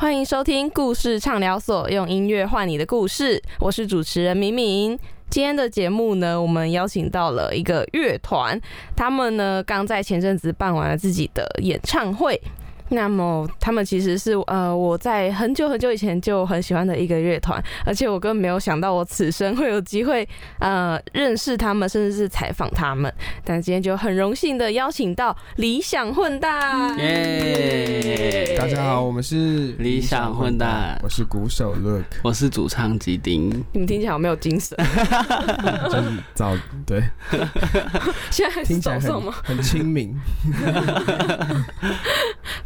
欢迎收听故事畅聊所，用音乐换你的故事。我是主持人敏敏。今天的节目呢，我们邀请到了一个乐团，他们呢刚在前阵子办完了自己的演唱会。那么他们其实是呃，我在很久很久以前就很喜欢的一个乐团，而且我根本没有想到我此生会有机会呃认识他们，甚至是采访他们。但今天就很荣幸的邀请到理想混蛋，耶大家好，我们是理想混蛋我是鼓手 Look，我是主唱吉丁，你们听起来好没有精 神，就是早对， 现在还是听起来早很上吗？很亲民，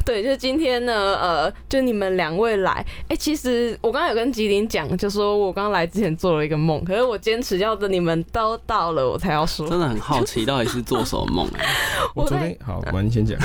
对，就今天呢，呃，就你们两位来，哎、其实我刚刚有跟吉林讲，就说我刚来之前做了一个梦，可是我坚持要等你们都到了我才要说。真的很好奇到底是做什么梦啊？ 我我昨在天好，我你 先讲，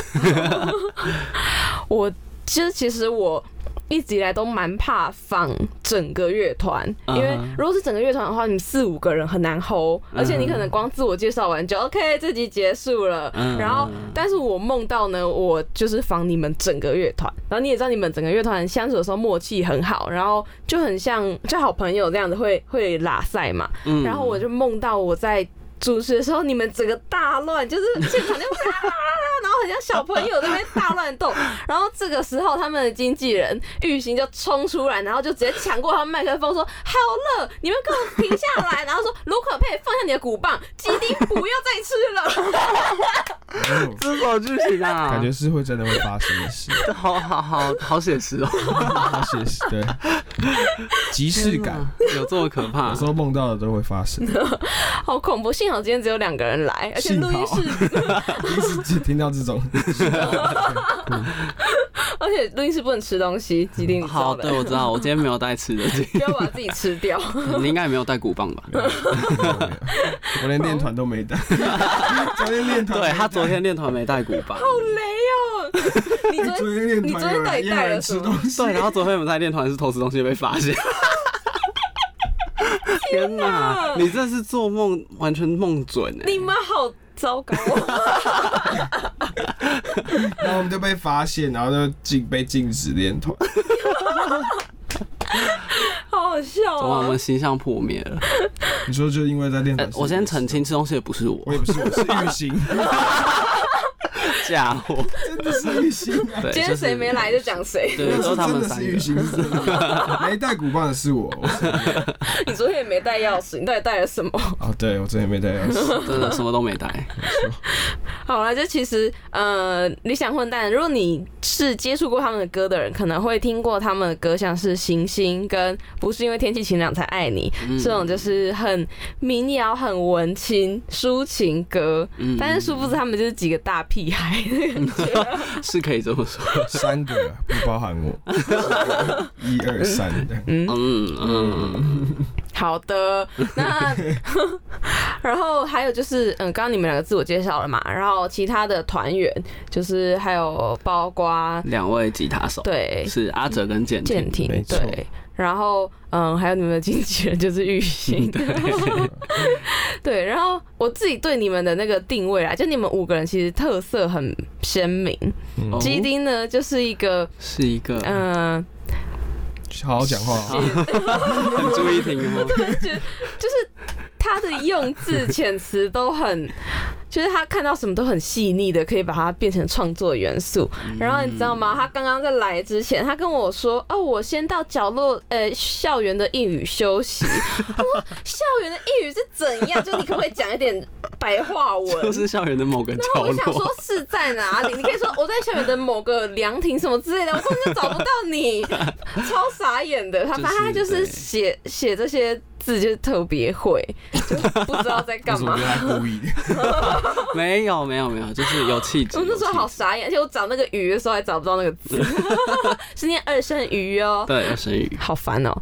我其实其实我一直以来都蛮怕仿整个乐团，因为嗯哼嗯如果是整个乐团的话，你们四五个人很难 hold，而且你可能光自我介绍完就 OK，这集结束了。嗯然后，但是我梦到呢，我就是仿你们整个乐团，然后你也知道你们整个乐团相处的时候默契很好，然后就很像就好朋友这样子会会拉塞嘛。 嗯然后我就梦到我在主持的时候，你们整个大乱，就是现场就啊，然后很像小朋友在那边大乱 斗。然后这个时候，他们的经纪人玉行就冲出来，然后就直接抢过他们麦克风，说：“好了，你们给我停下来。”然后说：“卢可佩，放下你的鼓棒，鸡丁不要再吃了。哦这种剧情啊，感觉是会真的会发生的事，这好好好好写实哦，好写实，对，即视感，有这么可怕有时？候梦到的都会发生，”好恐怖！幸好今天只有两个人来，而且幸录音好室，第一次只听到这种， 而且录音室不能吃东西，鸡丁你知道嗯好，对，的，我知道，我今天没有带 吃的， 不要把自己吃掉。你应该也没有带鼓棒吧？我连练团都没带，昨天练团， 哎对他昨天练团没带鼓 棒， 雷哦！你昨昨天天练你团昨天有人到底一个带了人什吃么东西，对，然后昨天我们在练团是偷吃东西被发现。天哪！你这是做梦，完全梦准哎！你们好糟糕哦！然后我们就被发现，然后就禁被禁止练团，好好笑怎么我哦！们形象破灭了？你说就因为在练团呃，吃东西，我先澄清，吃东西的不是我我，也不是， 我是玉兴，嫁祸。真的是玉兴啊。对，今天谁没来就讲谁。就是？对，都是他们三个。没带鼓棒的是我。 你昨天也没带钥匙，你到底带了什么？ 哦，对，我真的没带钥匙。真的什么都没带。 好了，就其实呃，理想混蛋，如果你是接触过他们的歌的人，可能会听过他们的歌，像是《行星》跟《不是因为天气晴朗才爱你》嗯这种，就是很民谣、很文青、抒情歌。嗯但是殊不知他们就是几个大屁孩，是可以这么说。三个不包含 我，一二三这样嗯嗯，好的，那 然后还有就是，嗯，刚刚你们两个自我介绍了嘛，然后其他的团员就是还有包括两位吉他手对是阿哲跟嗯健舰艇没错对，然后嗯，还有你们的经纪人就是玉兴， 对，然后我自己对你们的那个定位啊，就你们五个人其实特色很鲜明，哦基丁呢就是一个是一个啊嗯。好好讲话哦。 很注意听哦。觉得就是他的用字遣词都很， 就是他看到什么都很细腻的，可以把它变成创作元素。嗯然后你知道吗？他刚刚在来之前，他跟我说：“哦，我先到角落，呃，校园的英语休息。”我说校园的英语是怎样？就你可不可以讲一点白话文？ 就是校园的某个那 角我想落说，是在哪啊里？你可以说我在校园的某个凉亭什么之类的，我根本就找不到你， 超傻眼的。他就是反正他就是写写这些字就是特别会，就不知道在干 但是我嘛觉。得他故意的，没有没有没有，就是有气质。我那时候好傻眼，而且我找那个鱼的时候还找不到那个字， 是念二声鱼哦。对二声语，好烦哦、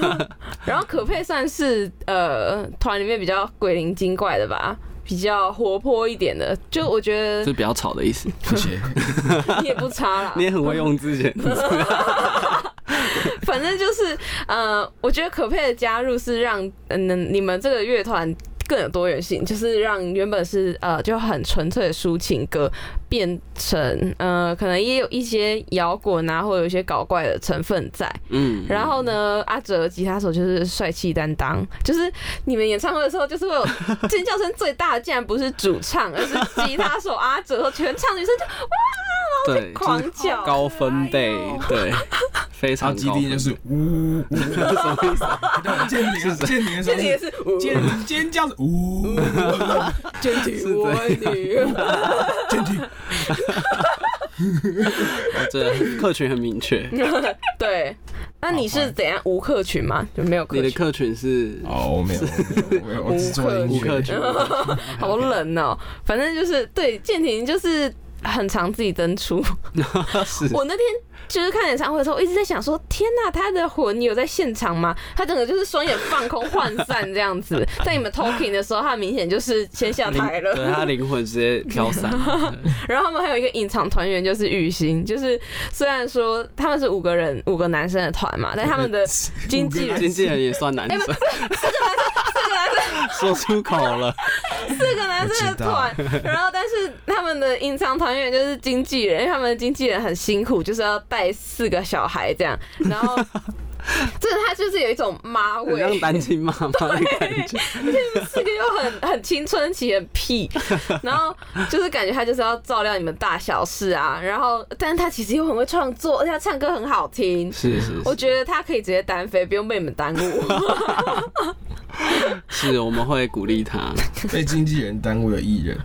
然后可佩算是呃团里面比较鬼灵精怪的吧，比较活泼一点的。就我觉就比较吵的意思。 嗯谢谢。得你也不差啦， 你也很会用字 遣词，反正就是，呃，我觉得可佩的加入是让嗯、你们这个乐团更有多元性，就是让原本是呃就很纯粹的抒情歌，变成呃可能也有一些摇滚啊，或者有一些搞怪的成分在。嗯，然后呢，阿哲吉他手就是帅气担当，就是你们演唱会的时候，就是会有尖叫声最大的，竟然不是主唱，而是吉他手阿哲和全场女生就对，就狂是叫。哎高分贝好可爱哦，对，非超常级高低就分。是呜，什么意 思？舰艇啊舰艇的时这候里也是尖尖叫是呜，坚挺我爱你，舰艇这客群很明确， 对。那你是怎样无客群吗？就没有客你的群，客群是哦，我没有，我没有，我只做音无客乐，群，嗯好冷哦、反正就是对建廷就是很常自己登出。 是我那天就是看演唱会的时候，我一直在想说，天呐，他的魂有在现场吗？他整个就是双眼放空、涣散这样 子。在你们 talking 的时候，他明显就是先下灵台对了。他灵魂直接飘散。 然后他们还有一个隐藏团员，就是雨欣，就是虽然说他们是五个人、五个男生的团嘛，但他 们的经纪人经纪人也算男哎生，说出口了，四个男生的团， 然后但是他们的隐藏团员就是经纪人，因为他们的经纪人很辛苦，就是要带四个小孩这样，然 后这他就是有一种妈很像味，单亲妈妈的感觉。 四个又很很青春期很 屁，然后就是感觉他就是要照料你们大小事啊，然后但是他其实又很会创作，而且他唱歌很好听。是是我是，觉得他可以直接单飞，不用被你们耽误。是我们会鼓励他。 被经纪人耽误的艺人，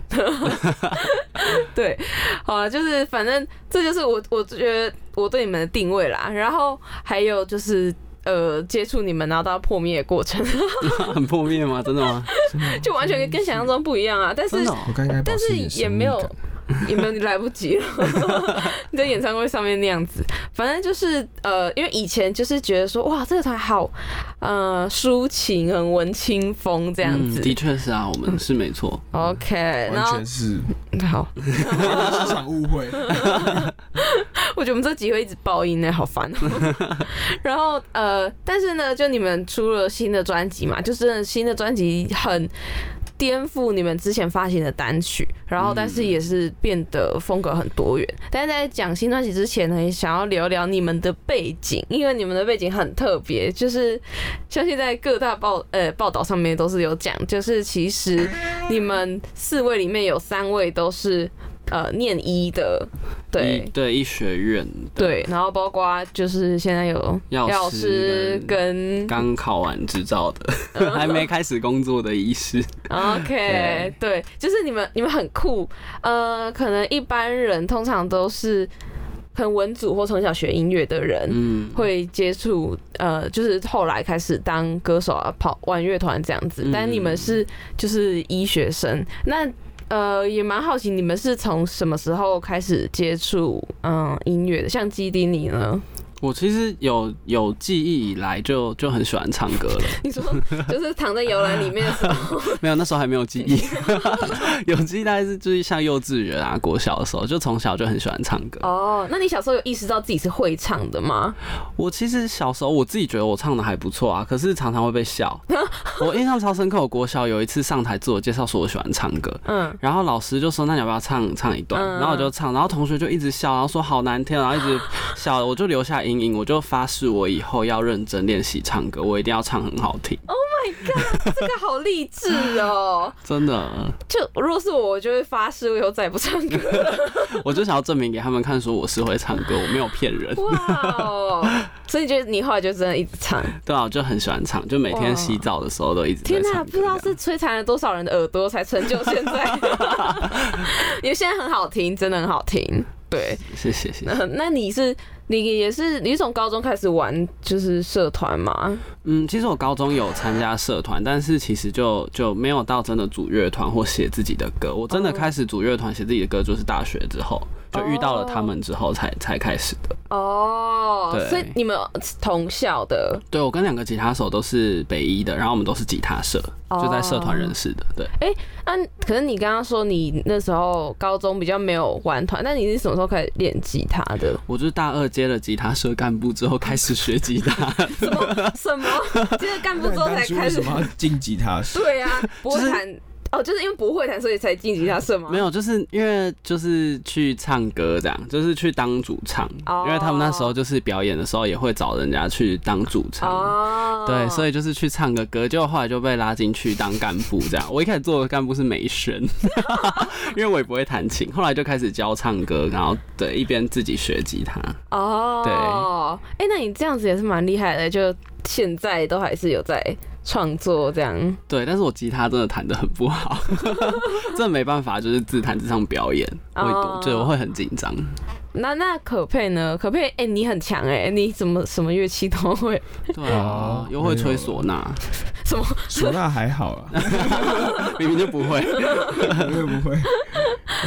对，好了，就是反正这就是我我觉得我对你们的定位啦。然后还有就是呃，接触你们然后到破灭的过哦程，很破灭吗？真的吗？就完全跟想象中不一样啊。但是真的哦，我刚才但是也没有也没有你来不及了， 你在演唱会上面那样子。反正就是呃，因为以前就是觉得说哇，这个团好呃抒情，很文青风这样嗯子。的确是啊，我们是没错。 OK，然完后全是好， 市场误会， 我觉得我们这集会一直爆音呢，好烦、哦 然后呃，但是呢，就你们出了新的专辑嘛，就是新的专辑很颠覆你们之前发行的单曲，然后但是也是变得风格很多元。但是在讲新专辑之前呢，也想要聊聊你们的背景，因为你们的背景很特别，就是相信在各大报呃报道上面都是有讲，就是其实你们四位里面有三位都是。呃，念医的， 对，一对，医学院的对，然后包括就是现在有药师药师跟嗯刚考完执照的， 还没开始工作的医师， OK，对，就是你们你们很酷，呃，可能一般人通常都是很文组或从小学音乐的人。嗯，会接触呃，就是后来开始当歌手啊，跑玩乐团这样子。但你嗯们是就是医学生，那呃也蛮好奇你们是从什么时候开始接触嗯音乐的？像基丁你呢？ 我其实有有记忆以来就就很喜欢唱歌了，你说就是躺在摇篮里面的时候，没有那时候还没有记忆， 有记忆大概是就是像幼稚园啊、国小的时候，就从小就很喜欢唱歌。哦，那你小时候有意识到自己是会唱的 吗？我其实小时候我自己觉得我唱的还不错啊，可是常常会 被笑。我印象超深刻，我国小有一次上台自我介绍说我喜欢唱歌，嗯，然后老师就说：“那你要不要唱唱一段嗯？”然后我就唱，然后同学就一直笑，然后说好难听，啊然后一直笑，我就留下阴影，我就发誓我以后要认真练习唱歌，我一定要唱很好听，这个好励志哦！真的， 就如果是我，我就会发誓我以后再也不唱歌了。我就想要证明给他们看，说我是会唱歌，我没有骗人， 哇哦！所以就你后来就真的一直唱，对啊，我就很喜欢唱，就每天哇洗澡的时候都一直在天唱哪，歌不知道是摧残了多少人的耳朵才成就现 在，因为现在很好听，真的很好听。对，谢谢谢谢，那那你是你也是你是从高中开始玩就是社团吗？嗯，其实我高中有参加社团，但是其实就就没有到真的组乐团或写自己的歌，我真的哦开始组乐团写自己的歌就是大学之后。就遇到了他们之后才才开始的。哦，对所以你们同校的，对我跟两个吉他手都是北一的，然后我们都是吉他社，就在社团认识的。对，那、啊可是你刚刚说你那时候高中比较没有玩团，那你是什么时候开始练吉他的？我就是大二接了吉他社干部之后开始学吉他，什么什么？接着干部之后当才初开为始什？么要进吉他 社？对啊，不会弹、哦，就是因为不会弹，所以才进吉他社吗？没有，就是因为就是去唱歌这样，就是去当主唱，哦因为他们那时候就是表演的时候也会找人家去当主唱。哦，对，所以以就是去唱个歌，结果后来就被拉进去当干部这样。我一开始做的干部是美声， 因为我也不会弹琴，后来就开始教唱歌，然后对一边自己学吉他。哦，对，哎、那你这样子也是蛮厉害的，就现在都还是有在创作这样。对，但是我吉他真的弹得很 不好，真的没办法，就是自弹自唱表演，我会哦对我会很紧张。那那可佩呢？可佩，哎、你很强哎、你怎么什么乐器都会？对啊哦，又会没有吹了唢呐，什么？唢呐还好啊，明明就不会。 我也不会。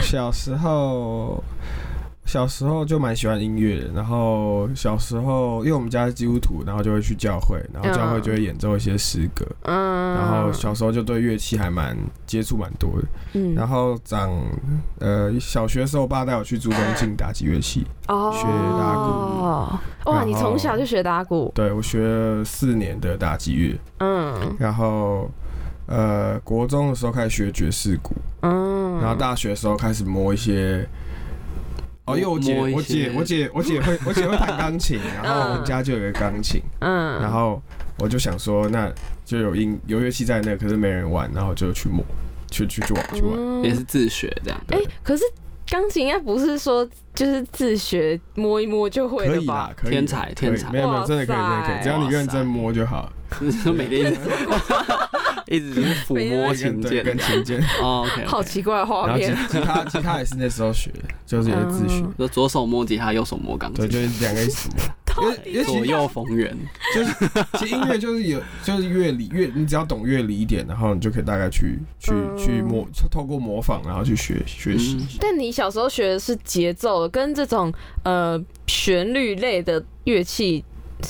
小时候，小时候就蛮喜欢音乐的。然后小时候，因为我们家是基督徒，然后就会去教会，然后教会就会演奏一些诗歌。嗯，然后小时候就对乐器还蛮接触蛮多的。嗯然后长呃小学的时候，我爸带我去朱东进打击乐器，哦学打鼓。哇，然后你从小就学打鼓，对我学了四年的打击乐，嗯然后。呃，国中的时候开始学爵士鼓，嗯，然后大学的时候开始摸一些。哦，因为我姐，摸一我些姐，我姐，我姐会，我姐会弹钢 琴，然后我们家就有一个钢琴，嗯，然后我就想说，那就有音有乐器在那，可是没人玩，然后就去摸，去去去玩去玩。嗯也是自学这样。哎、可是钢琴应该不是说就是自学摸一摸就会可的以吧啦？，可以，天才可以天才 没有没有，真的可以，哇塞真的可以，只要你认真摸就好。就每天 一直一直就是抚摸琴跟对键跟。琴键，哦，OK，好奇怪的画然后吉面。吉他吉他也是那时候学的，就是也是自学，嗯就左手摸吉他，右手摸钢对，就琴，是两个一起 摸，因为因为其左实右逢 源。就是其实音乐就是有就是乐理乐，你只要懂乐理一点，然后你就可以大概去去嗯去模透过模仿，然后去学学习。嗯但你小时候学的是节奏，跟这种呃旋律类的乐器，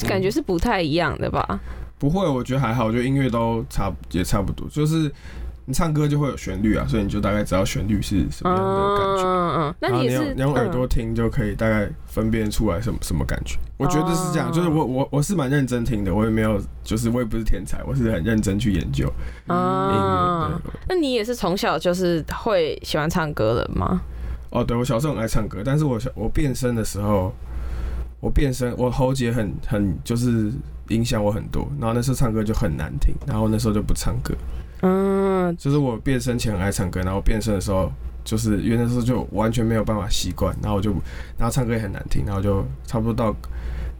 感觉是不太一样的吧？不会，我觉得还好，我觉得音乐都差不也差不多，就是你唱歌就会有旋律啊，所以你就大概知道旋律是什么样的感觉。嗯嗯，那然后你你也用是你用耳朵听就可以大概分辨出来什么什么感觉，我觉得是这样。哦就是我我我是蛮认真听的，我也没有就是我也不是天才，我是很认真去研究嗯音乐。啊对，那你也是从小就是会喜欢唱歌的吗？哦，对，我小时候很爱唱歌，但是我小我变声的时候，我变声，我喉结很很就是影响我很多，然后那时候唱歌就很难听，然后那时候就不唱歌，嗯，就是我变声前很爱唱歌，然后变声的时候。就是因为那时候就完全没有办法习惯，然后我就，然后唱歌也很难听，然后就差不多到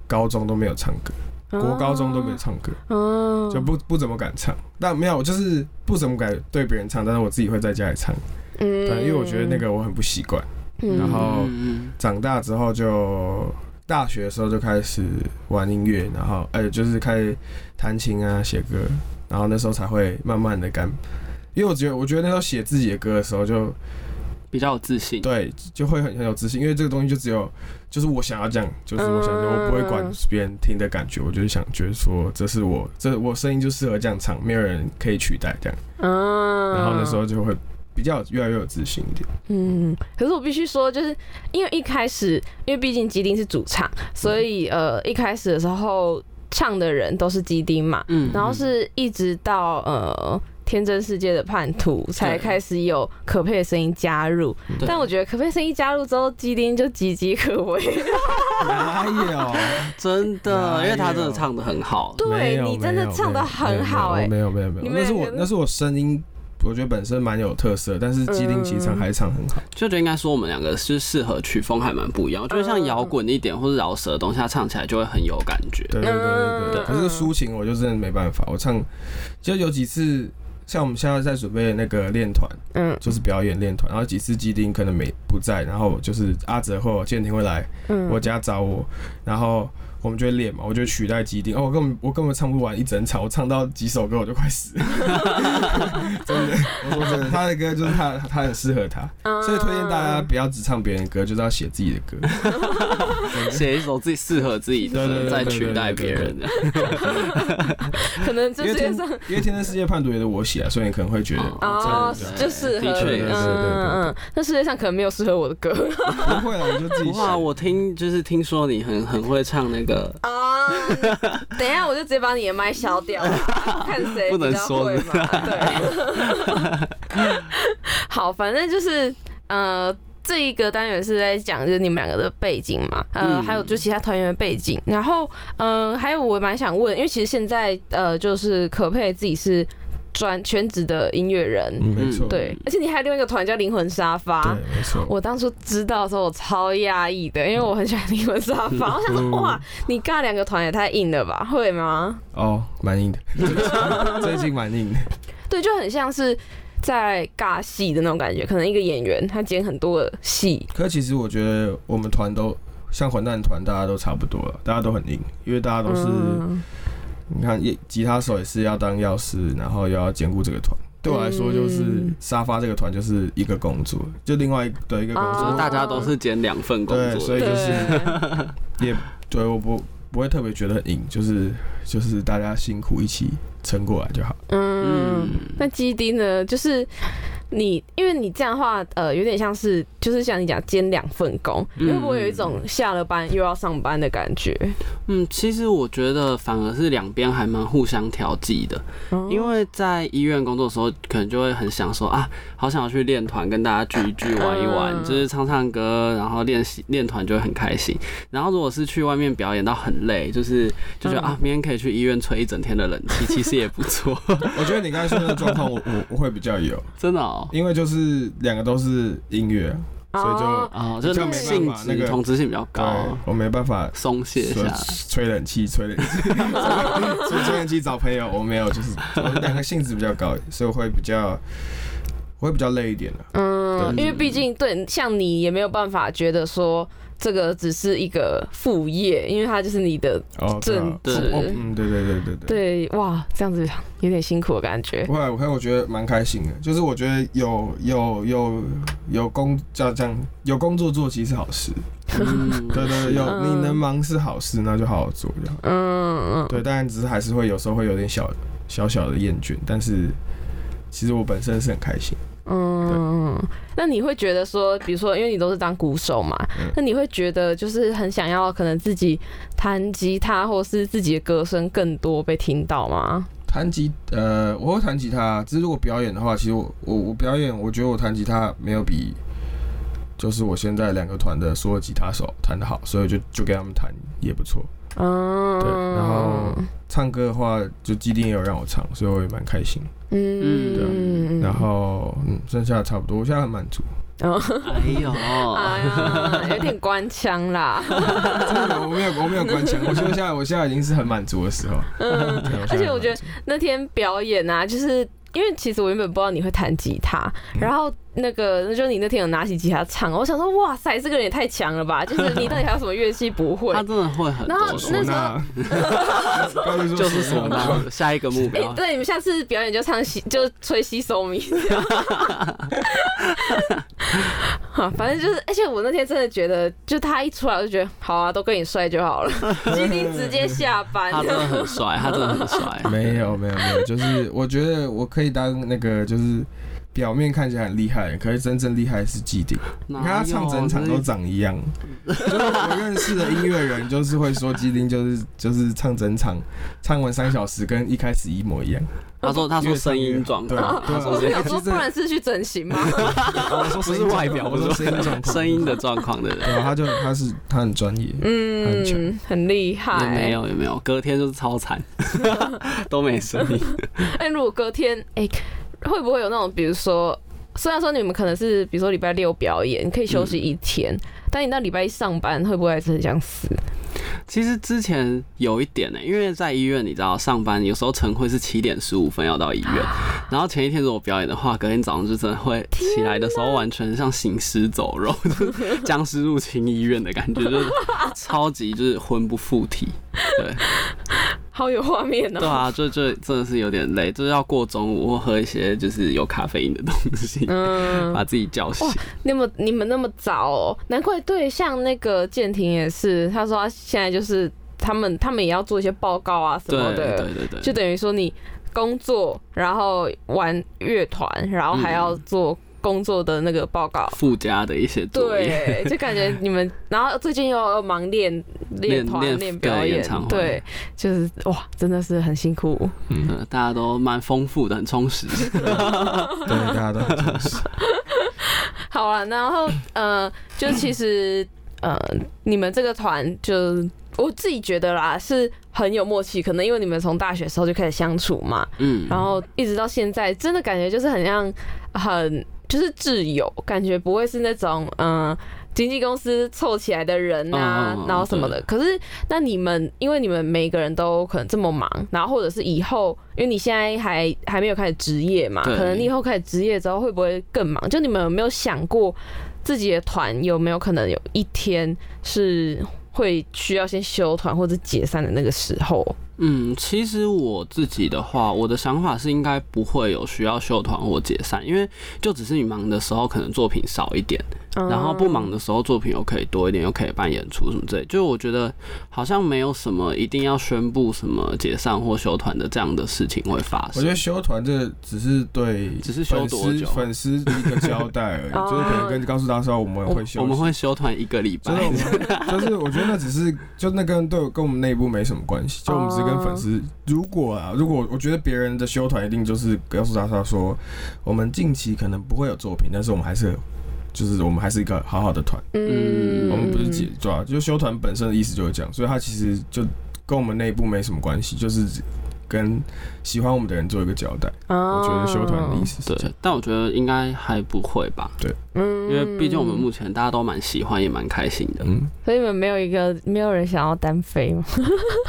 高中都没有唱歌，国高中都没有唱歌，嗯，就不不怎么敢唱。但没有，我就是不怎么敢对别人唱，但是我自己会在家里唱，嗯，对，因为我觉得那个我很不习惯。嗯，然后嗯长大之后就大学的时候就开始玩音乐，然后哎、就是开始弹琴啊、写歌，然后那时候才会慢慢的干。因为我觉得，我觉得那时候写自己的歌的时候就，比较有自信。对，就会很很有自信，因为这个东西就只有，就是我想要这样，就是我想说，我不会管别人听的感觉，我就是想觉得说，这是我，这我声音就适合这样唱，没有人可以取代这样。嗯，然后那时候就会比较越来越有自信一点。嗯，可是我必须说，就是因为一开始，因为毕竟基丁是主唱，所以嗯呃，一开始的时候唱的人都是基丁嘛，嗯然后是一直到呃。天真世界的叛徒才对开始有可佩的声音加入，对但我觉得可佩声音加入之后，基丁就岌岌可危。哪有？嗯真的，哪因为他真的有唱的很好。对没有你真的唱的很好哎、没有没有没有没有，你们那是我两个那是我声音，我觉得本身蛮有特色，但是基丁其实嗯唱还是唱很好。就觉得应该说我们两个是适合曲风还蛮不一样，就是嗯像摇滚一点或者饶舌的东西，它唱起来就会很有感觉。对对对对对嗯可是抒情我就真的没办法，我唱就有几次。像我们现在在准备那个练团，嗯就是表演练团，然后几次基丁可能没不在，然后就是阿哲或建廷会来嗯我家找我，然后我们就会练嘛，我就会取代基定。哦，我根本我根本唱不完一整场，我唱到几首歌我就快死了。真的，我说真的，他的歌就是他他很适合他，所以推荐大家不要只唱别人的歌，就是要写自己的歌。写一首自己适合自己对对的，对再对取对代别对对人的。可能这因为世界天上因为天生世界叛徒也是我写啊，所以你可能会觉得哦这样就适合，嗯的确嗯也是嗯嗯，那世界上可能没有适合我的歌不会了，我就自己写。啊哇，我听就是听说你很很会唱那个，啊。 等一下，我就直接把你的麦消掉，看谁不能比较说会嘛。对， 好，反正就是呃。这一个单元是在讲就是你们两个的背景嘛，呃，嗯还有就其他团员的背景，然后呃，还有我蛮想问，因为其实现在呃，就是可佩自己是专全职的音乐人，嗯，没错，对，啊而且你还有另外一个团叫灵魂沙发，对，没错。我当初知道的时候，我超压抑的，因为我很喜欢灵魂沙 发。我想说，哇，你尬两个团也太硬了吧？会吗？哦，蛮硬的，最近蛮硬的。对，就很像是在尬戏的那种感觉。可能一个演员他剪很多的戏，可其实我觉得我们团都像混蛋团，大家都差不多了，大家都很硬，因为大家都是、嗯，你看，也吉他手也是要当药师，然后又要兼顾这个团。对我来说，就是嗯沙发这个团就是一个工作，就另外一的一个工哦就是作。大家都是兼两份工对，作所的以对就是 也对我不不会特别觉得很硬，就是就是大家辛苦一起撑过来就好。嗯嗯，那基丁呢？就是你，因为你这样的话，呃，有点像是，就是像你讲兼两份工，嗯因为我有一种下了班又要上班的感觉。嗯，其实我觉得反而是两边还蛮互相调剂的，哦因为在医院工作的时候，可能就会很想说啊，好想要去练团，跟大家聚一聚、玩一玩，嗯就是唱唱歌，然后练习练团就会很开心。然后如果是去外面表演到很累，就是就觉得嗯啊，明天可以去医院吹一整天的冷气，其实也不错， 我觉得你刚才说的状况，我我我会比较有，真的 哦。因为就是两个都是音乐啊，所以就哦哦，就比较是没办法性那质个同质性比较对高，我没办法松懈一下说。吹冷气，吹 冷气，吹吹冷气找朋友，我没有，就是我们两个性质比较高，所以我会比较，我会比较累一点啊的、嗯，对因为毕竟对像你也没有办法觉得说这个只是一个副业，因为它就是你的哦，对啊正职我我嗯，对对对对对。对哇，这样子有点辛苦的感觉不。会，我看我觉得蛮开心的，就是我觉得有有有有工叫这样有工作做其实是好事，嗯对对对，有嗯你能忙是好事，那就好好做就好。嗯嗯对，当然只是还是会有时候会有点小小小的厌倦，但是其实我本身是很开心。嗯，嗯那你会觉得说，比如说，因为你都是当鼓手嘛，嗯那你会觉得就是很想要可能自己弹吉他，或是自己的歌声更多被听到吗？弹吉呃，我会弹吉他，只是如果表演的话，其实我我我表演，我觉得我弹吉他没有比就是我现在两个团的所有吉他手弹的好，所以我就就给他们弹也不错。嗯，对然后唱歌的话，就既定也有让我唱，所以我也蛮开心。嗯对嗯，然后嗯，剩下的差不多，我现在 很满足。哦，哎呦，哎呀，有点官腔啦。真的我没有我没有关 腔，我觉得现在我现在已经是很满足的时候。嗯，对而且我觉得，现在很满足那天表演啊，就是因为其实我原本不知道你会弹吉他，嗯然后那个那就你那天有拿起吉他唱，我想说哇塞，这个人也太强了吧！就是你到底还有什么乐器不会 他？真的会很然后多那时候种，唢呐 刚才说就是唢唢呐呐，下一个目哎、标。对，你们下次表演就唱西，就吹西手米。 好，反正就是，而且我那天真的觉得，就他一出来我就觉得，好啊，都跟你帅就 好了，今天直接下班。他真的很帅，他真的很帅。 没有没有没有，就是我觉得我可以当那个就是表面看起来很厉害，可是真正厉害是既定。你你看他唱整场都长一样，就是我认识的音乐人就是会说既定就是 就是唱整场，唱完三小时跟一开始一模一样。他说他因说为声音状对况，他我说是这想样说，不然是去整形吗？我说不是外表我说声音状况，声音的状况的人。对啊，他就他是他很专业，很嗯强，很厉也害。没有也没有，隔天就是 超惨，都没声音。哎，如果隔天，哎、会不会有那种，比如说，虽然说你们可能是，比如说礼拜六表演，你可以休息一天，但你到礼拜一上班，会不会还是很想死？其实之前有一点呢、因为在医院，你知道上班有时候晨会是七点十五分要到医院，啊然后前一天如果表演的话，隔天早上就真的会起来的时候完全像行尸走肉， 就是僵尸入侵医院的感觉，就是超级就是魂不附体。对， 好有画面哦、对啊，这这真的是有点累，就是要过中午或喝一些就是有咖啡因的东西，嗯，把自己叫醒哇。那么你们那么早哦、难怪对，像那个建廷也是，他说他现在就是他们他们也要做一些报告啊什对么的，对对对，就等于说你工作，然后玩乐团，然后还要做工作的那个报告。附加的一些作业。对，就感觉你们，然后最近又要忙练练练团、练练对表演演唱会，对，就是哇，真的是很辛苦。嗯，大家都蛮丰富的，很 充实。对，大家 都很重视。好啊，然后呃，就其实呃，你们这个团就我自己觉得啦，是很有默契，可能因为你们从大学时候就开始相处嘛，嗯，然后一直到现在，真的感觉就是很像很就是挚友，感觉不会是那种嗯、呃经纪公司凑起来的人啊嗯嗯，嗯然后什么的。可是那你们因为你们每个人都可能这么忙，然后或者是以后，因为你现在还还没有开始职业嘛，对可能你以后开始职业之后会不会更忙？就你们有没有想过自己的团有没有可能有一天是？会需要先休团或者解散的那个时候，嗯，其实我自己的话，我的想法是应该不会有需要休团或解散，因为就只是你忙的时候可能作品少一点，然后不嗯忙的时候作品又可以多一点，又可以办演出什么之类。就是我觉得好像没有什么一定要宣布什么解散或休团的这样的事情会发我觉生。得修团这只是对只是休粉多丝久？啊粉丝 一个交代而已，哦就是可能跟告诉大家说我们会休息，我们会休团一个礼拜真。的，我们 就是我觉得那只是就那跟对我跟我们内部没什么关系，就我们只是跟粉丝。如果啊，如果我觉得别人的修团一定就是告诉大家说，我们近期可能不会有作品，但是我们还是就是我们还是一个好好的团，嗯，我们不是解对吧？就修团本身的意思就是这样，所以它其实就跟我们内部没什么关系，就是跟喜欢我们的人做一个交代。我我觉得修团的哦意思是这样对，但我觉得应该还不会吧，嗯因为毕竟我们目前大家都蛮喜欢，也蛮开心的。嗯，所以你们没有一个没有人想要单飞吗？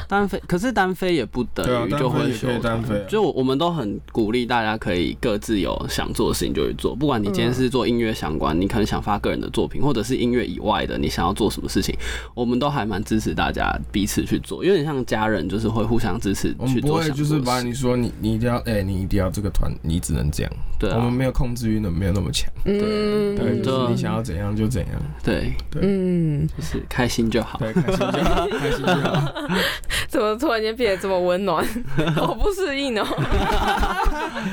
单飞，可是单飞也不等对啊于，单就飞会也休可以单团。飞啊，就我我们都很鼓励大家可以各自有想做的事情就去做，不管你嗯今天是做音乐相关，你可能想发个人的作品，或者是音乐以外的，你想要做什么事情，我们都还蛮支持大家彼此去做，有点像家人，就是会互相支持我们去不做会想就做是的把事。你说你你一定要哎、你一定要这个团，你只能这样。对我们啊，没有控制欲，那没有那么强。嗯，对，就对啊是你想要怎样就怎样，对，嗯，就是开心就好。对，开心 就好，开心就好。怎么突然间变得这么温暖？ 我不适应哦。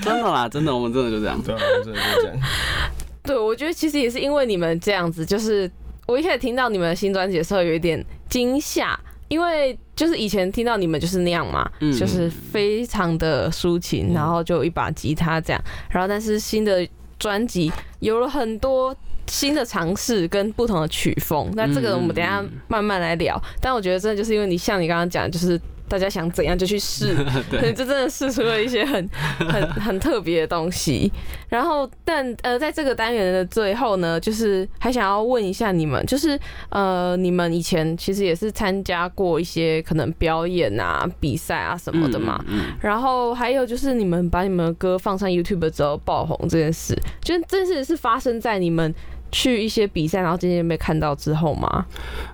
真的啦，真的，我们真的就这样。对啊，我真的就这样。对，我觉得其实也是因为你们这样子，就是我一开始听到你们的新专辑的时候有一点惊吓，因为就是以前听到你们就是那样嘛，嗯就是非常的抒情，嗯然后就一把吉他这样，然后但是新的专辑有了很多。新的尝试跟不同的曲风，那这个我们等一下慢慢来聊。但我觉得真的就是因为你像你刚刚讲，就是大家想怎样就去试， 对，这真的试出了一些 很很很特别的东西。然后，但呃，在这个单元的最后呢，就是还想要问一下你们，就是呃，你们以前其实也是参加过一些可能表演啊、比赛啊什么的嘛。嗯，嗯然后还有就是你们把你们的歌放上 YouTube 之后爆红这件事，就这件事是发生在你们去一些比赛，然后渐渐被看到之后吗？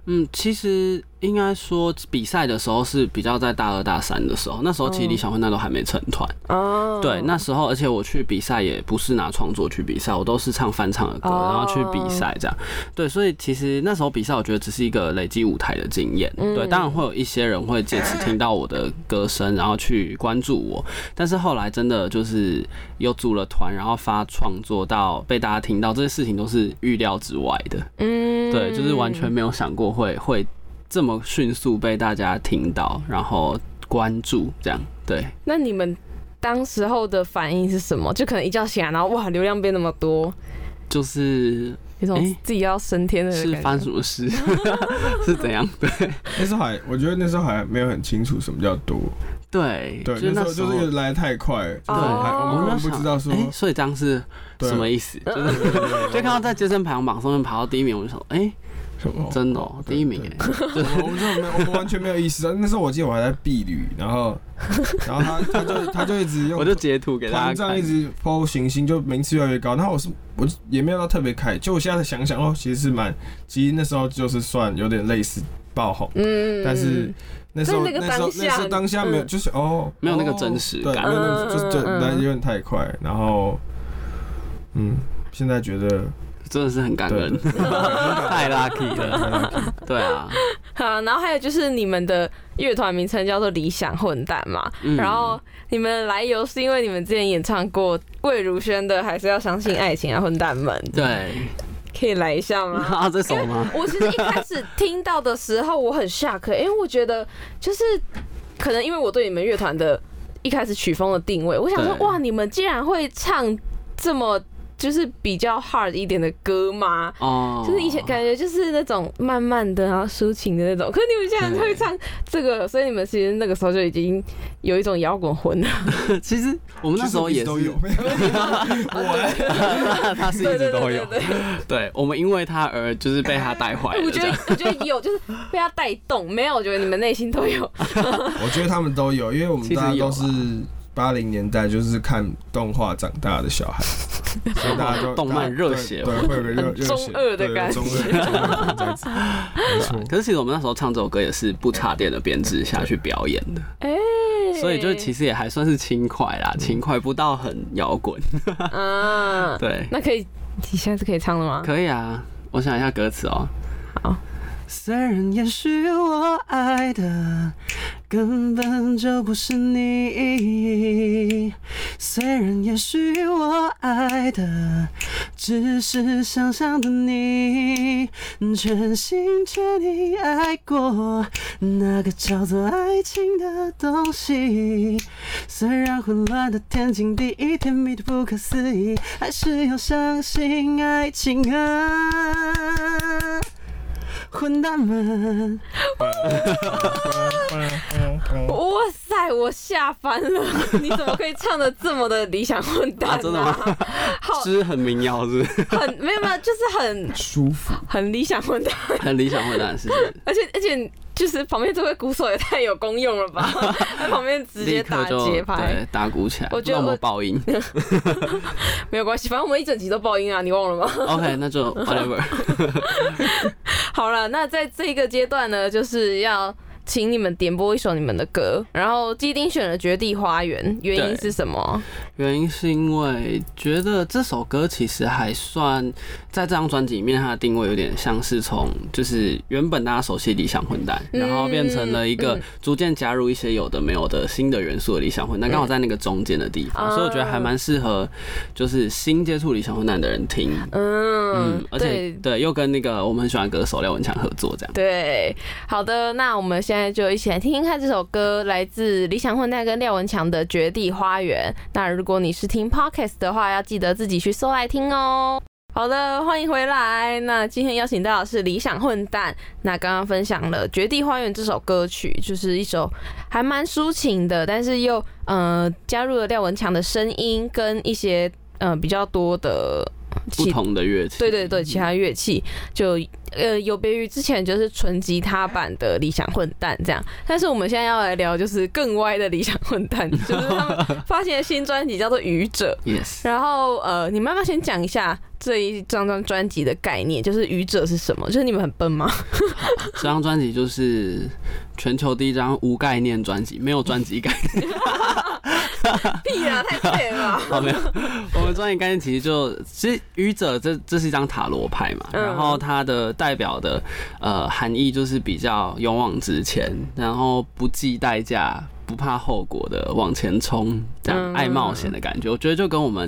嗯，其实应该说比赛的时候是比较在大二大三的时候，那时候其实嗯理想混蛋都还没成团。哦，对，那时候而且我去比赛也不是拿创作去比赛，我都是唱翻唱的歌，哦然后去比赛这样。对，所以其实那时候比赛我觉得只是一个累积舞台的经验。嗯对，当然会有一些人会借此听到我的歌声，然后去关注我。但是后来真的就是又组了团，然后发创作到被大家听到，这些事情都是预料之外的。嗯对，就是完全没有想过会会这么迅速被大家听到，然后关注这样。对，那你们当时候的反应是什么？就可能一觉醒来，然后哇，流量变那么多，就是有种诶自己要升天的是感发觉。生什么事， 是怎样？对那时候还，我觉得那时候还没有很清楚什么叫多，对，对，就是那那时候时就候是。来得太快，对，对还我们根本不知道说哎、，诶所以这样是对 什么意思？就对是对对对就看到在健身排行榜上面爬到第一名，我就想，哎、什么真的、哦、对第一名哎，我们就没有，我们完全没有意识到。那时候我记得我还在避旅，然后，然后他他就他就一直用我就截图给大团家战看一。直抛行星，就名次越来越高。然后我是我也没有到特别开，就我现在想想哦，其实是蛮，其实那时候就是算有点类似爆红，嗯，但是那时候但是那个时候当下那时候当下没有，嗯就是哦，没有那个哦真实对，感没有那嗯个就是就嗯嗯那有点太快。然后，嗯，现在觉得嗯真的是很感恩， 太 lucky 了。太 lucky 了 对啊，好，然后还有就是你们的乐团名称叫做理想混蛋嘛，嗯然后你们的来由是因为你们之前演唱过魏如萱的《还是要相信爱情啊，混蛋们》，对， 可以来一下吗？啊这首吗？我其实一开始听到的时候我很 shock，因为欸我觉得就是可能因为我对你们乐团的一开始曲风的定位，我想说对哇，你们竟然会唱这么就是比较 hard 一点的歌吗？哦， 就是以前感觉就是那种慢慢的，然后抒情的那种。可是你们现在会唱这个，所以你们其实那个时候就已经有一种摇滚魂了。 其实我们那时候也就是是一直都有， 没有我 他是一直都有。啊对对对 对对，我们因为他而就是被他带坏对了我觉这得样。 我觉得有，就是被他带动。没有，我觉得你们内心都有。我觉得他们都有，因为我们其实大家 有啊都啦是八零年代就是看动画长大的小孩，所以大家就 动漫热血对，对会有个热很热血中二的感觉对有中二中二的感觉没错。可是其实我们那时候唱这首歌也是不插电的编制下去表演的， 哎， 所以就其实实也还算是轻快啦，嗯轻快不到很 摇滚。啊，对，那可以，你现在是可以唱的吗？可以啊，我想一下歌词哦。好。虽然也许我爱的根本就不是你，虽然也许我爱的只是想象的你，全心全意爱过那个叫做爱情的东西。虽然混乱的天经地义，甜蜜的不可思议，还是要相信爱情啊！混蛋们，哇塞，我吓翻了！ 你怎么可以唱的这么的理想混蛋、啊真的吗？好，是很民谣，是不是？ 很没有没有，就是很舒服，很理想混蛋。 很理想混蛋，是不是？而且而且就是旁边这位鼓手也太有功用了吧， 在旁边直接立刻打就节拍，对，打鼓起来，我觉得那我么爆音。没有关系，反正我们一整集都爆音啊，你忘了吗？ OK，那就 whatever。 好了，那在这个阶段呢，就是要。请你们点播一首你们的歌，然后基丁选了《绝地花园》，原因对是什么？原因是因为觉得这首歌其实还算在这张专辑里面，它的定位有点像是从就是原本大家熟悉理想混蛋，嗯然后变成了一个逐渐加入一些有的没有的新的元素的理想混蛋，嗯刚好在那个中间的地啊方，所以我觉得还蛮适合就是新接触理想混蛋的人听。嗯嗯，，而且对对，又跟那个我们很喜欢的歌手廖文强合作，这样。对，好的，那我们现在就一起来听听看这首歌，来自理想混蛋跟廖文强的《绝地花园》。那如果你是听 podcast 的话，要记得自己去搜来听哦。好的，欢迎回来。那今天邀请到的是理想混蛋。那刚刚分享了《绝地花园》这首歌曲，就是一首还蛮抒情的，但是又呃加入了廖文强的声音跟一些呃比较多的呃不其同的乐器，对对对，其他乐器就呃有别于之前就是纯吉他版的理想混蛋这样，但是我们现在要来聊就是更歪的理想混蛋，就是他 们发行的新专辑叫做《愚者》， ，yes。然后呃，你们要不要先讲一下这一张张专辑的概念，就是《愚者》是什么？就是你们很笨吗？这张专辑就是全球第一张无概念专辑，没有专辑概念。 屁啊，太废了吧！ 好，没有。我们专辑概念其实就，其实愚者这这是一张塔罗牌嘛，嗯然后它的代表的呃含义就是比较勇往直前，然后不计代价。不怕后果的往前冲，这嗯样爱冒险的感觉，我觉得就跟我们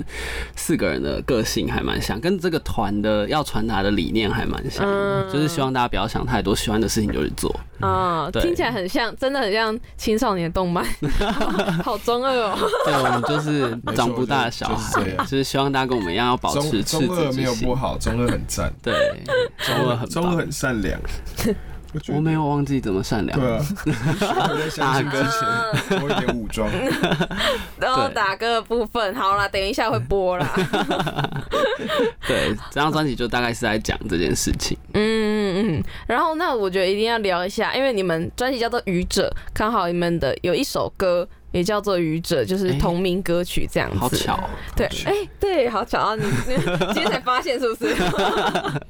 四个人的个性还蛮像，跟这个团的要传达的理念还蛮像的，嗯就是希望大家不要想太多，喜欢的事情就去 做。 啊、对听起来很像，真的很像青少年动 漫，好中二哦。 对，我们就是长不大的小没错就是孩这，样就是希望大家跟我们一样要保持赤中子中二没之有心不。好，中二很赞，对，中二很中二棒。很善良，我觉得我没有忘记怎么善良。对啊， 我在相信之前多一点武 装，然后对打歌的部分，好啦，等一下会播啦。对，这张专辑就大概是在讲这件事情。嗯嗯嗯，然后那我觉得一定要聊一下，因为你们专辑叫做《愚者》，刚好你们的有一首歌也叫做《愚者》，就是哎同名歌曲这样子。好巧哦，对，哎、对，好巧啊！你 你今天才发现是不是？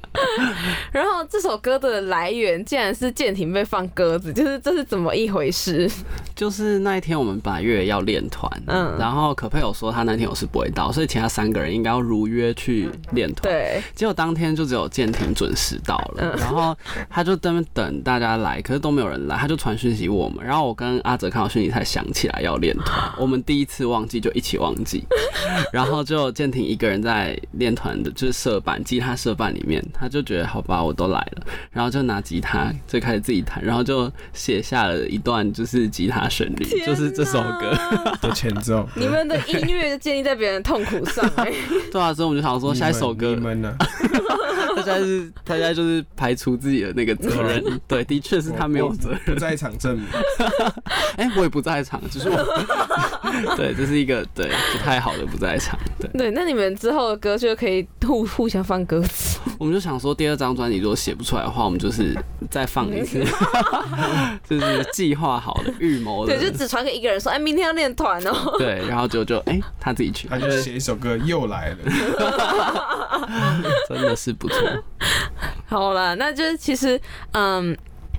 然后这首歌的来源竟然是舰艇被放鸽子，就是这是怎么一回 事？就是那一天我们本来约了要练团，嗯然后可佩有说他那天我是不会到，所以其他三个人应该要如约去练团。对，结果当天就只有建廷准时到了，嗯然后他就在那边等大家来，可是都没有人来，他就传讯息我们，然后我跟阿哲看到讯息才想起来要练 团，我们第一次忘记就一起忘记，然后就建廷一个人在练团的，就是社办吉他社办里面，他就觉得好吧，我都来了，然后就拿吉他嗯就开始自己弹，然后就写下了一段就是吉他旋律， 就是这首歌，天哪。的前奏。你们的音乐就建立在别人的痛苦上、哎 对啊，所以我们就想说下一首歌你们呢？ 他现在是，他现在就是排除自己的那个责 任。对，的确是他没有责任。不在场证明，哎、我也不在场，只是我， 对，这是一个对不太好的不在场。对，对，那你们之后的歌就可以互互相放鸽子。我们就想说，第二张专辑如果写不出来的话，我们就是再放 一次， 就是计划好的、预谋的对，，就只传给一个人说，哎，明天要练团 哦。对，然后就就哎、他自己 去，他就写一首歌又来 了，真的是不错。好了，那就是其实，嗯，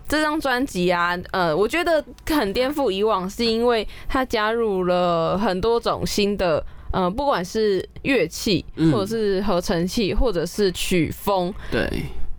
这张专辑啊，呃，我觉得很颠覆以往，是因为它加入了很多种新的。呃，不管是乐器，嗯或者是合成器，或者是曲风，对，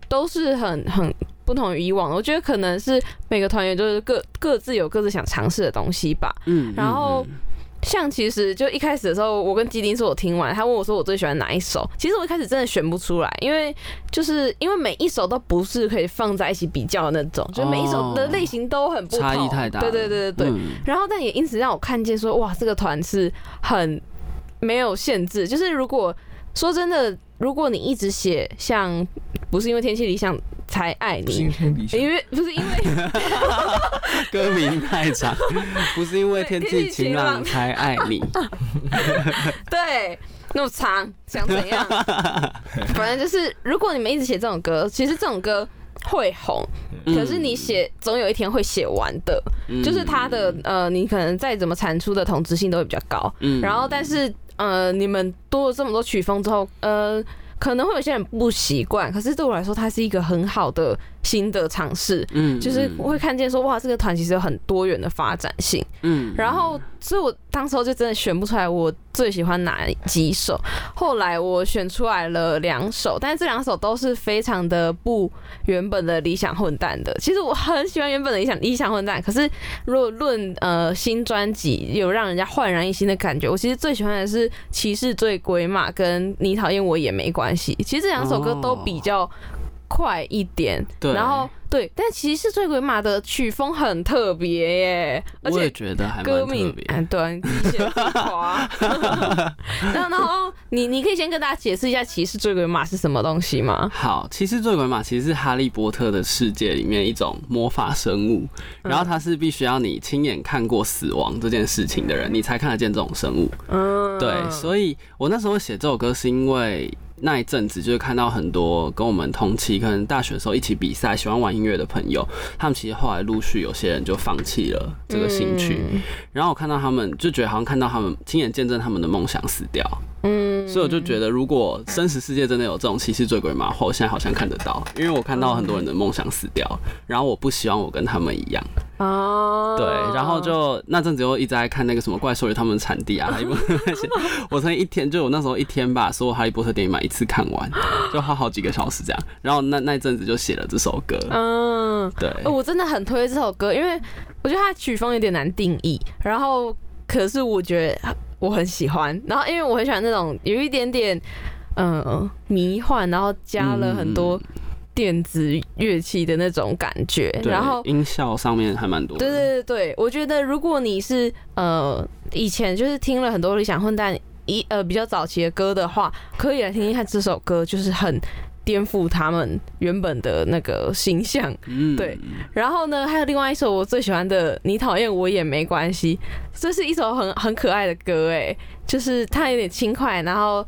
都是很很不同于以往的。我觉得可能是每个团员就是各各自有各自想尝试的东西吧。嗯，然后嗯像其实就一开始的时候，我跟基丁说，我听完，他问我说我最喜欢哪一首。其实我一开始真的选不出来，因为就是因为每一首都不是可以放在一起比较的那种，就每一首的类型都很不同，哦差异太大了对对对对对。嗯然后但也因此让我看见说，哇，这个团是很没有限制，就是如果说真的，如果你一直写像不是因为天气理想才爱你今。天理想因为不是因为歌名太长，不是因为对天天气气晴晴朗朗才爱你， 对，那么长，想怎 样？反正就是，如果你们一直写这种歌，其实这种歌会红， 可是你写总有一天会写完的，嗯就是它的呃，你可能再怎么产出的同质性都会比较高。嗯然后，但是呃，你们多了这么多曲风之后，呃。可能会有些人不习惯，可是对我来说，它是一个很好的新的尝试，嗯就是会看见说，哇，这个团其实有很多元的发展性。嗯然后，所以我当时候就真的选不出来我最喜欢哪几首。后来我选出来了两首，但是这两首都是非常的不原本的理想混蛋的。其实我很喜欢原本的理想理想混蛋，可是如果论呃新专辑有让人家焕然一新的感觉，我其实最喜欢的是《骑士醉鬼马》跟《你讨厌我也没关系》。其实这两首歌都比较快一点，对然后对，但《骑士醉鬼马》的曲风很特别耶，而我且也觉得还蛮歌特名别，嗯，对啊，你自己写自己 夸。然后，然后你你可以先跟大家解释一下骑士追鬼马是什么东西吗？好，其实醉鬼马其实是哈利波特的世界里面一种魔法生物，嗯然后它是必须要你亲眼看过死亡这件事情的人，你才看得见这种生物。嗯，对，所以我那时候写这首歌是因为那一阵子就是看到很多跟我们同期，可能大学的时候一起比赛，喜欢玩音乐的朋友，他们其实后来陆续有些人就放弃了这个兴趣，嗯然后我看到他们就觉得好像看到他们亲眼见证他们的梦想死掉，嗯，嗯，所以我就觉得，如果真实世界真的有这种歧视醉鬼马后，我现在好像看得到，因为我看到很多人的梦想死掉，然后我不希望我跟他们一样，哦，对，然后就那阵子又一直在看那个什么怪兽与他们的产 地啊，哈利波特那些，我曾经一天就我那时候一天吧，所有哈利波特电影版一次 看完，就花好几个小时这样，然后那那一阵子就写了这首歌，嗯，对，呃我真的很推这首歌，因为我觉得它的曲风有点难定义，然后可是我觉得我很喜欢，然后因为我很喜欢那种有一点点嗯、呃迷幻，然后加了嗯很多电子乐器的那种感觉，对，然后。音效上面还蛮多的，对对对对，我觉得如果你是呃以前就是听了很多理想混蛋一呃比较早期的歌的话，可以来听听看这首歌，就是很颠覆他们原本的那个形象。嗯，对，然后呢，还有另外一首我最喜欢的《你讨厌我也没关系》，这是一首很很可爱的歌，哎，就是它有点轻快，然后。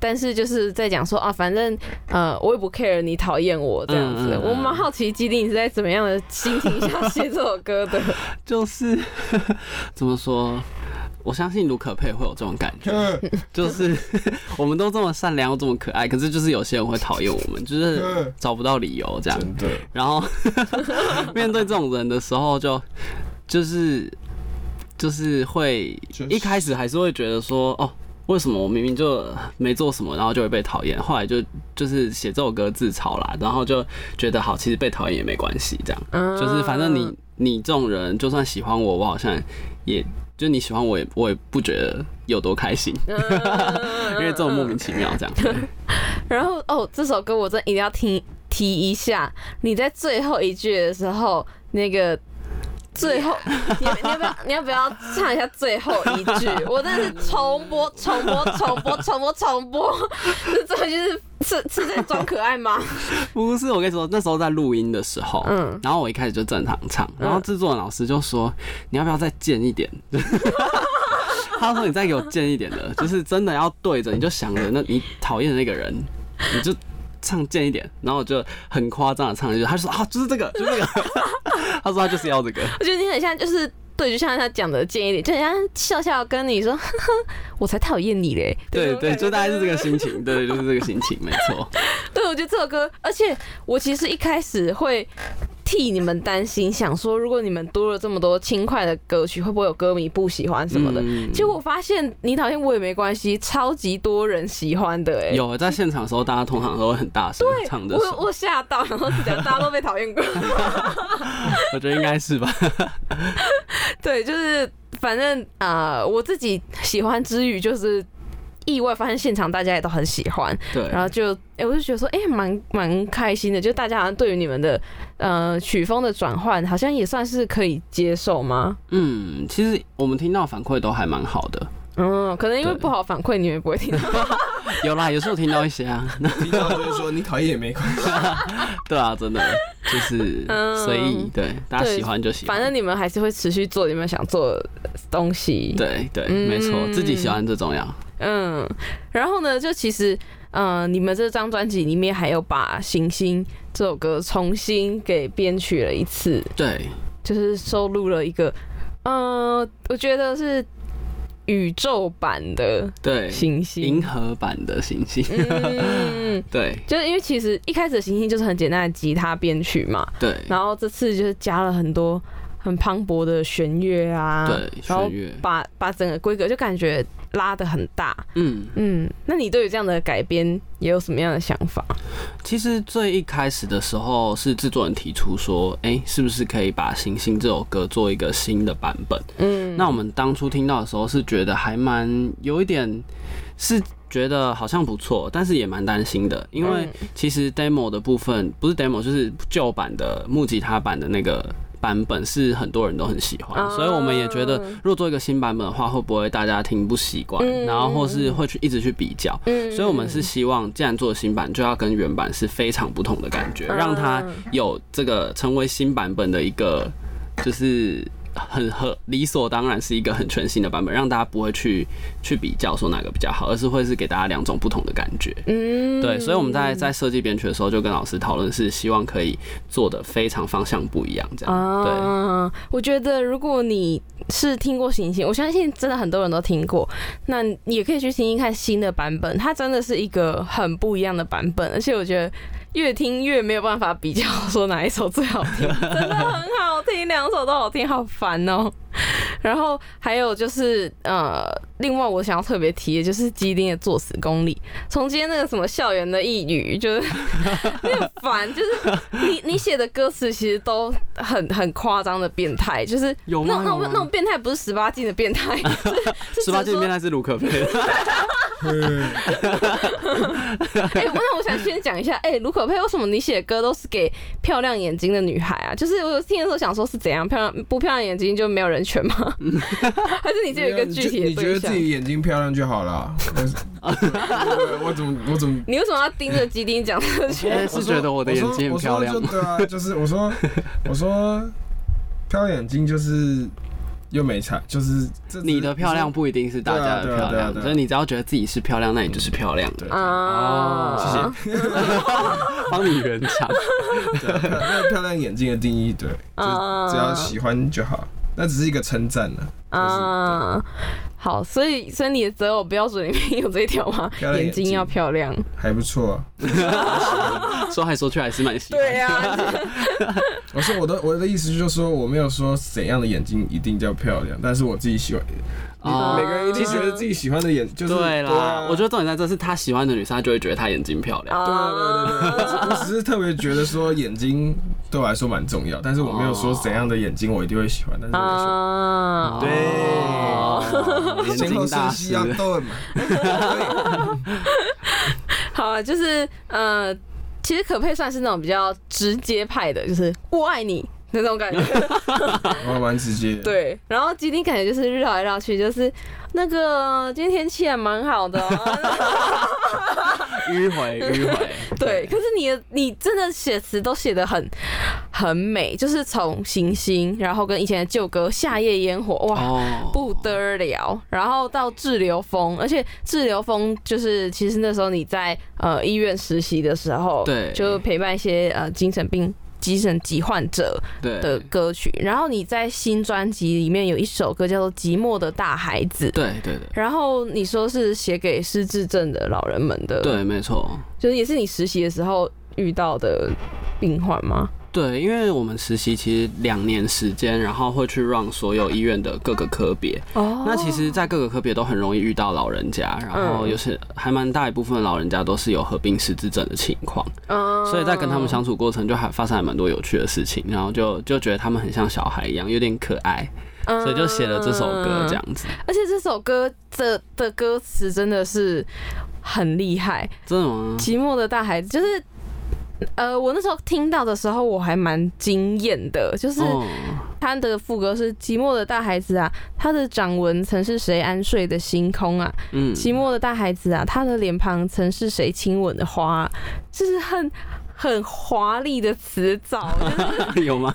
但是就是在讲说啊，反正呃，我也不 care 你讨厌我这样子。嗯嗯嗯我蛮好奇基地你是在怎么样的心情下写这首歌的？就是 怎么说？我相信卢可佩会有这种感觉，就是 我们都这么善良又这么可爱，可是就是有些人会讨厌我们，就是嗯找不到理由这样。真的，然后 面对这种人的时候就，就是就是会就是一开始还是会觉得说，哦，为什么我明明就没做什么，然后就会被讨厌？后来就就是写这首歌自嘲啦，然后就觉得好，其实被讨厌也没关系，这样嗯就是反正你你这种人，就算喜欢我，我好像也就你喜欢我也我也不觉得有多开心，嗯嗯 因为这种莫名其妙这样。然后哦，这首歌我真的一定要听提一下。你在最后一句的时候，那个最后，你要你要不要你要不要唱一下最后一句？我真的是重播、重播、重播、重播、重播，这这就是是是在装可爱吗？不是，我跟你说，那时候在录音的时候，嗯然后我一开始就正常唱，然后制作人老师就说，你要不要再贱一点？ 他说你再给我贱一点的，就是真的要对着，你就想着那你讨厌的那个人，你就唱贱一点，然后我就很夸张的唱一句，他就说啊，就是这个，就是这个， 他说他就是要这个，我觉得你很像就是。对，就像他讲的建议里，就人家笑笑跟你说：“呵呵，我才讨厌你嘞。”对对，就大概是这个 心情，对，就是这个心情，没错，对，我觉得这首歌，而且我其实一开始会替你们担心，想说如果你们多了这么多轻快的歌曲，会不会有歌迷不喜欢什么的？嗯结果我发现你讨厌我也没关系，超级多人喜欢的哎、有在现场的时候，大家通常都会很大声唱对，这我首，我吓到，然后讲大家都被讨厌过。 我觉得应该是吧，对，就是反正呃，我自己喜欢之余，就是意外发现现场大家也都很喜欢，对，然后就，哎、我就觉得说，哎、蛮蛮开心的，就大家好像对于你们的呃曲风的转换，好像也算是可以接受吗？嗯，其实我们听到反馈都还蛮好的，嗯，可能因为对不好反馈，你们也不会听到。 有啦，有时候听到一些啊， 那听到就是说你讨厌也没关系，对啊，真的就是嗯随意，对，大家对喜欢就喜欢，反正你们还是会持续做你们想做的东西。，对对，嗯没错，自己喜欢最重要。嗯，然后呢，就其实，嗯、你们这张专辑里面还有把《行星》这首歌重新给编曲了一次，对，就是收录了一个，嗯、我觉得是宇宙版的对，《行星》。银河版的星星，嗯，对 就是因为其实一开始的行星就是很简单的吉他编曲嘛，对然后这次就是加了很多很磅礴的弦乐啊，对，然后弦乐，把把整个规格就感觉拉得很大。嗯，嗯，那你对于这样的改编也有什么样的想法？其实最一开始的时候是制作人提出说，哎、是不是可以把《行星》这首歌做一个新的版本？嗯，那我们当初听到的时候是觉得还蛮有一点，是觉得好像不错，但是也蛮担心的，因嗯为其实 demo 的部分不是 demo，就是旧版的木吉他版的那个版本是很多人都很喜欢，啊所以我们也觉得，如果做一个新版本的话，会不会大家听不习惯嗯，然后或是会去一直去比较。嗯所以，我们是希望，既然做新版，就要跟原版是非常不同的感觉，嗯让它有这个成为新版本的一个，就是很合理所当然是一个很全新的版本，让大家不会去去比较说哪个比较好，而是会是给大家两种不同的感觉。嗯对，所以我们在在设计编曲的时候，就跟老师讨论，是希望可以做的非常方向不一样，这样。对，啊，我觉得如果你是听过行星，我相信真的很多人都听过，那你也可以去听听看新的版本，它真的是一个很不一样的版本，而且我觉得越听越没有办法比较说哪一首最好听，真的很好听，两首都好听，好烦哦、 然后还有就是呃，另外我想要特别提的就是基丁的作死功力，从今天那个什么校园的一语，就是 你很烦，就是你你写的歌词其实都很很夸张的变态，就是有哦那吗？ 那种那种变态不是十八禁的变态，是十八禁指说变态是卢可菲，嗯哎、我那我想先讲一下，哎、卢可佩为什么你写歌都是给漂亮眼睛的女孩啊？就是我听的时候想说是怎样漂亮不漂亮眼睛就没有人权吗？ 还是你就有一个具体你的觉对得自象？己眼睛漂亮就好了。我 我我怎么我怎么你为什么要盯着基丁 讲这个？我哎是觉得我的眼睛很漂亮我说我说就 对啊，就是我说我说漂亮眼睛就是又没差，就是这你的漂亮。不一定是大家的对啊对啊漂对啊亮，对啊所以你只要觉得自己是漂亮，那你就是漂亮的。啊嗯哦，帮你圆场，对啊那漂亮眼睛的定义，对，就啊只要喜欢就好，那只是一个称赞呢。啊，好，所以所以你的择偶标准里面有这一条吗？漂亮眼睛睛要漂亮。还不错啊。说来说去还是蛮喜欢。对呀，我说我的我的意思就是说，我没有说怎样的眼睛一定叫漂亮，但是我自己喜欢，哦每个人一定觉得自己喜欢的眼就是啊对啦，我觉得得。重点在这是他喜欢的女生，他就会觉得她眼睛漂啊亮。对对对对，我只是特别觉得说眼睛对我来说蛮重要，但是我没有说怎样的眼睛我一定会喜欢，但是我就说啊，对哦眼 先后睛顺大序师要对嘛。 好啊，就是呃，其实可佩算是那种比较直接派的，就是我爱你那种感觉。我蛮直接的。对，然后今天感觉就是绕来绕去，就是那个今天天气还蛮好的、哦。迂回迂回。 对，可是你的你真的写词都写的很很美，就是从行星，然后跟以前的旧歌《夏夜烟火》哇，哦，不得了，然后到滞留风，而且滞留风就是其实那时候你在呃医院实习的时候，对就陪伴一些呃精神病。精神疾患者对的歌曲，然后你在新专辑里面有一首歌叫做《寂寞的大孩子》，对对对然后你说是写给失智症的老人们的，，对，没错。就是也是你实习的时候遇到的病患吗？对，因为我们实习其实两年时间，然后会去让所有医院的各个科别。哦那其实，在各个科别都很容易遇到老人家，然后嗯又是还蛮大一部分老人家都是有合并失智症的情况，嗯所以在跟他们相处过程就还发生还蛮多有趣的事情，然后就就觉得他们很像小孩一样，有点可爱，嗯所以就写了这首歌样。这样子，而且这首歌的的歌词真的是很厉害，真的吗？《寂寞的大孩子》就是，呃，我那时候听到的时候我还蛮惊艳的，就是哦，他的副歌是“寂寞的大孩子啊，他的掌纹曾是谁安睡的星空啊，嗯寂寞的大孩子啊，他的脸庞曾是谁亲吻的花、啊”，就是很很华丽的词藻，就是 有吗？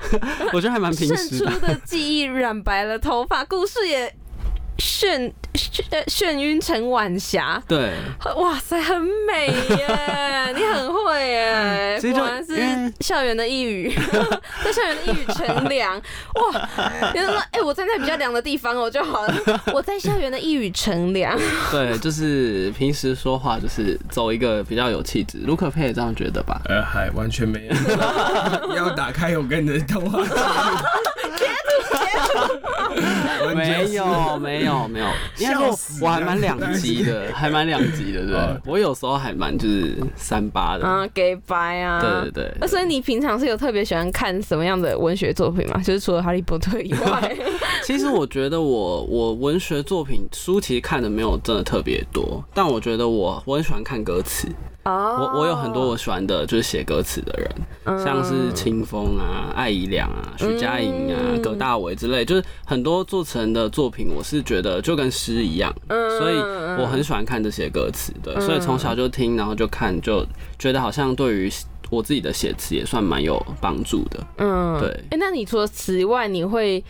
我觉得还蛮 平渗时出的，的记忆染白了头发，故事也眩眩呃眩晕成晚霞。对。哇塞，很美耶！你很会 耶，其实就果然是校园的一语， 在校园的一语乘凉。 哇，有人说，哎、我站在比较凉的地方哦就好了。我在校园的一语乘凉。对，就是平时说话就是走一个比较有气质，卢可佩也这样觉得吧？呃，还完全没有。 要打开我跟你的通 话记录。完全没是有，没 有，没有，因为笑我死我还了蛮两极的，还蛮两极的，哦对。我有时候还蛮就是三八的，啊，给白啊。对对对那对。所以你平常是有特别喜欢看什么样的文学作品吗？就是除了《哈利波特》以外，其实我觉得我我文学作品书其实看的没有真的特别多，但我觉得我我很喜欢看歌词，哦 嗯我我有很多我喜欢的就是写歌词的人，像是清风啊、艾怡良啊、徐佳莹啊嗯、葛大为之类，就是很多做成的作品，我是觉得就跟诗一样， 嗯所以我很喜欢看这些歌词的，嗯所以从小就听，然后就看，就觉得好像对于我自己的写词也算蛮有帮助的。嗯，对哎、那你除了此以外，你会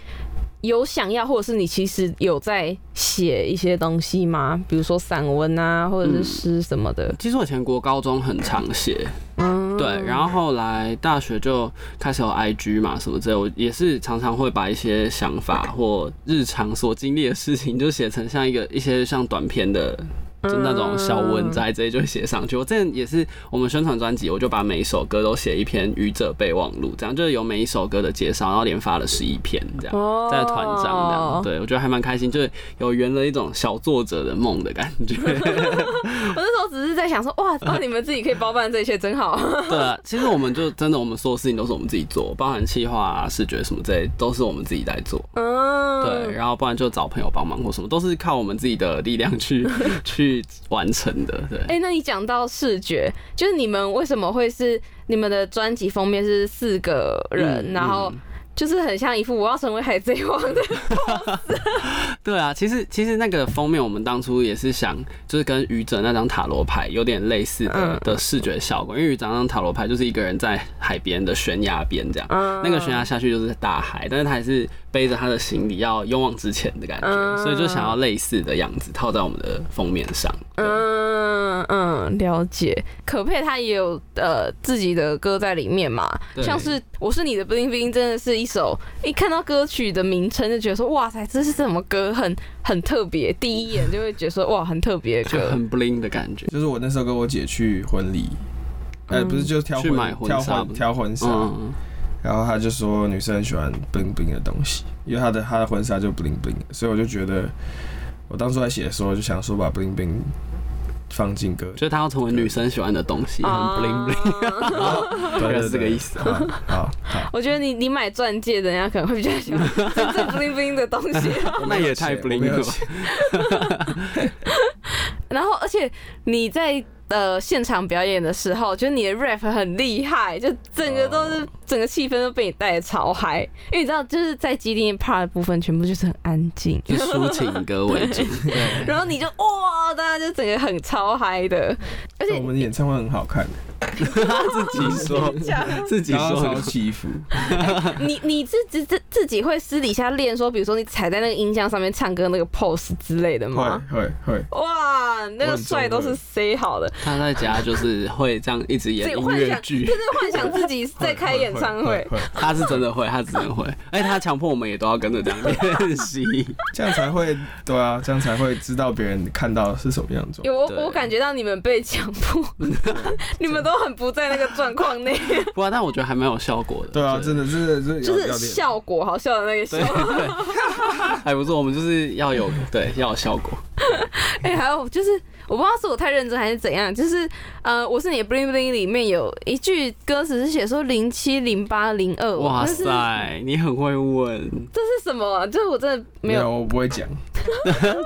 有想要，或者是你其实有在写一些东西吗？比如说散文啊，或者是诗什么的。其实我以前国高中很常写，嗯，对，然后后来大学就开始有 IG 嘛什么之类，我也是常常会把一些想法或日常所经历的事情，就写成像一个一些像短篇的。就那种小文摘，直接就写上去。我之前也是，我们宣传专辑，我就把每一首歌都写一篇《愚者备忘录》，这样就是有每一首歌的介绍，然后连发了十一篇这样，哦在团长这样。，对我觉得还蛮开心，就是有圆了一种小作者的梦的感觉。我那时候只是在想说，哇，哇，你们自己可以包办这一切，真 好。对啊，其实我们就真的，我们所有事情都是我们自己做，包含企划啊、视觉什么之类，都是我们自己在做。嗯，对，然后不然就找朋友帮忙或什么，都是靠我们自己的力量去 去去完成的。对，哎、那你讲到视觉，就是你们为什么会是你们的专辑封面是四个人，嗯然后嗯就是很像一副我要成为海贼王的，对啊，其实其实那个封面我们当初也是想，就是跟愚者那张塔罗牌有点类似的嗯的视觉效果，因为愚者那张塔罗牌就是一个人在海边的悬崖边这样。嗯那个悬崖下去就是大海，但是他还是背着他的行李要勇往直前的感觉，嗯所以就想要类似的样子套在我们的封面上。对嗯嗯，了解。可佩他也有呃自己的歌在里面嘛，对像是《我是你的 bling bling》，真的是一首一看到歌曲的名称就觉得说哇塞，这是什么歌，很很特别，第一眼就会觉得说哇很特别的就 歌。很 bling 的感觉。就是我那时候跟我姐去婚礼，呃，嗯不是就是挑去买婚挑纱婚挑婚纱，嗯，然后她就说女生很喜欢 bling bling 的东西，因为她的她的婚纱就 bling bling，所以我就觉得我当初在写的时候就想说把 bling bling 放进歌，就是他要成为女生喜欢的东西，很啊 bling bling。 bling。对大概对是 对这个意思好好好，我觉得你你买钻戒的，人家可能会比较喜 欢真正 bling bling 的东西。 那也太我没有 bling 了吧 钱。然后，而且你在呃现场表演的时候，觉得你的 rap 很厉害，就整个都是、整个气氛都被你带的超嗨。因为你知道，就是在基地 part 的部分，全部就是很安静，以抒情歌为主，对然后你就哇，大家就整个很超嗨的，而我且。们的演唱会很好 看， 自己说， 自己然后说超，起 伏，你你自己自自己会私底下练说，比如说你踩在那个音箱上面唱歌那个 pose 之类的会吗？会会，哇，那个帅都是我很 C 好的，他在家就是会这样一直演自己音幻乐想剧就，是幻想自己在开演唱会。 会，他是真的会，他是真的会，哎，他强迫我们也都要跟着这样练 习。这样才会对啊，这样才会知道别人看到是什么样子。有我，对我感觉到你们被强 迫，你们都很不在那个状况内，不过，但我觉得还蛮有效果的。对啊，就是真的，真的，真 的就有是要练效果好笑的那个效对。 对，还不错。我们就是要有对要有效果，哎、还有就是，我不知道是我太认真还是怎样，就是呃，我是你的 bling bling 里面有一句歌词是写说零七零八零二，哇这是塞，你很会问。这是什么啊？就是我真的没没有，有。我不会讲，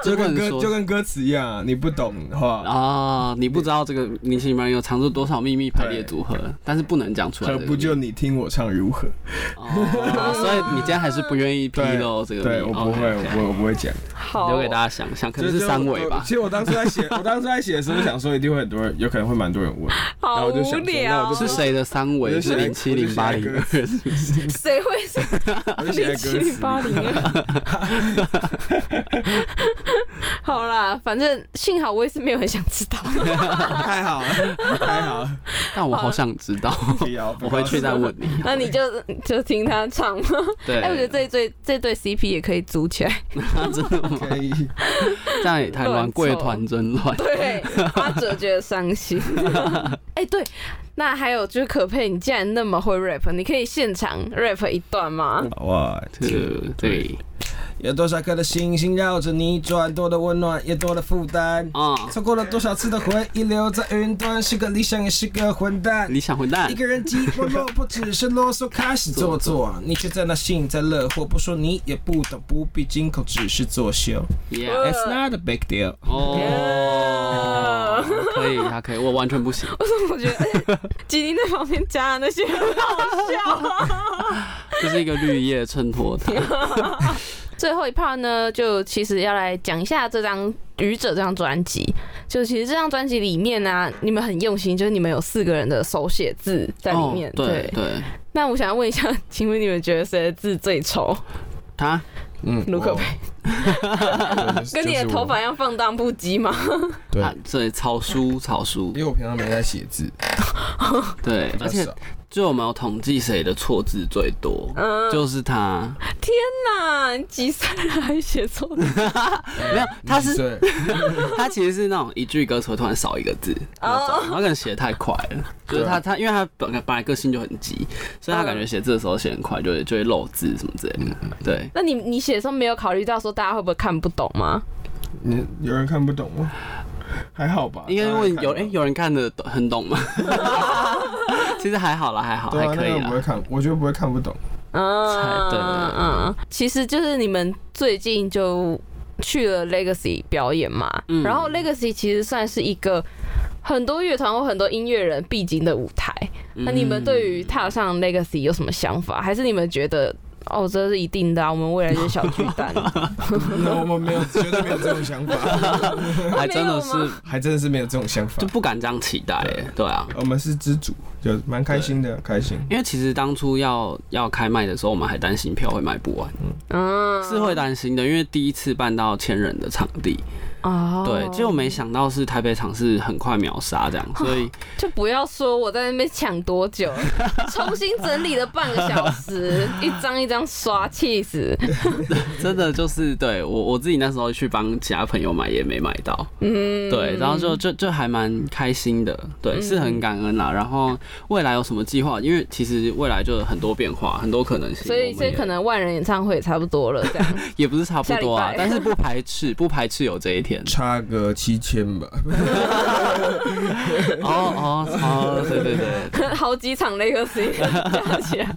就就跟跟你歌说就跟歌词一样啊，你不懂的话啊，你不知道这个明星们有藏着多少秘密排列组合，但是不能讲出来何这个秘密。不就你听我唱如何？哦，所以你今天还是不愿意披露这个秘密？对我不会，我 OK，OK 不会，我不会讲。好，留给大家想想，可能就是就三维吧我其。实我当初在写，我当初在写的时候想说，一定会很多人，有可能会蛮多人 问，然好后我就无想说那聊啊我，是谁的三我维哦就是写零七零八零我二？ 谁会是我就零写在歌七词零里八 零二？好啦，反正幸好我也是没有很想知道。 太好了，太好了，但我好想知道，不要，不我要回去再问你。 那你就就听他唱嘛。对，哎、我觉得这对这对 CP 也可以组起 来。真的吗？可 以。这样也太乱，乱凑贵团真乱。对，阿哲觉得伤心。 哎、对，那还有就是可佩，你既然那么会 rap，你可以现场 rap 一段吗？哇，对对，啊有多少颗的星星绕着你转，多的温暖，也多的负担。哦啊，错过了多少次的回忆，留在云端，是个理想，也是个混蛋。理想混蛋 一。个人寂寞落魄，只是啰嗦，开始做作。你却在那幸灾乐祸，不说你也不懂，不必惊恐，只是作 秀。 Yeah，呃 It's not a big deal。哦，可以，他可以，我完全不行。为什 么我觉得吉林在旁边加的那 些很好笑、啊 这是一个绿叶衬托他。最后一 part 呢，就其实要来讲一下这张《愚者》这张专辑。就其实这张专辑里面呢、你们很用心，就是你们有四个人的手写字在里面。哦对对，那我想问一下， 请问你们觉得谁的字最丑？他嗯哦卢可佩 跟你的头，我发一样放荡不羁吗？对啊，对草书草书因，为我平常没在写字，对，而且就我们有统计谁的错字最多，嗯，就是他， 那你几岁了还写错字没有，他是对，他其实是那种一句歌词会突然少一个字哦那种，他可能写得太快了，就是啊他他因为他本本来个性就很急，所以他感觉写字的时候写很快，就会就会漏字什么之嗯类的，对。那你你写的时候没有考虑到说大家会不会看不懂吗？你有人看不懂吗？还好吧，应该问有哎、人有人看得懂很懂吗？ 其实还好啦，还好，对哎还啊，可以那个不会啦。看，我觉得不 会看不懂。嗯才对对对嗯，其实就是你们最近就去了 Legacy 表演嘛，嗯然后 Legacy 其实算是一个很多乐团或很多音乐人必经的舞台。嗯那你们对于踏上 Legacy 有什么想法？还是你们觉得哦，这是一定的啊，我们未来就是小巨 蛋？那我们没有，绝对没有这种想 法，还真的没有是还真的是没有这种想法就。不敢这样期待耶，对啊。我们是知足，就蛮开心的，开心。。因为其实当初要要开卖的时候，我们还担心票会卖不完，嗯，是会担心的，因为第一次办到千人的场地，哦，对，结果没想到是台北场是很快秒杀 这样，所以就不要说我在那边抢多久， 重新整理了半个小时，一张一张刷，气死！真的就是对我我自己那时候去帮其他朋友买也没买到，嗯，对，然后就就就还蛮开心的，对，嗯是很感恩啦。然后未来有什么计划？因为其实未来就有很多变化，很多可能性，所以我们所以也可能万人演唱会也差不多了，这 样也不是差不多啊下，礼拜但是不排斥，不排斥有这一天差个七千吧，哦哦哦，对对对好几场 Legacy 加起来。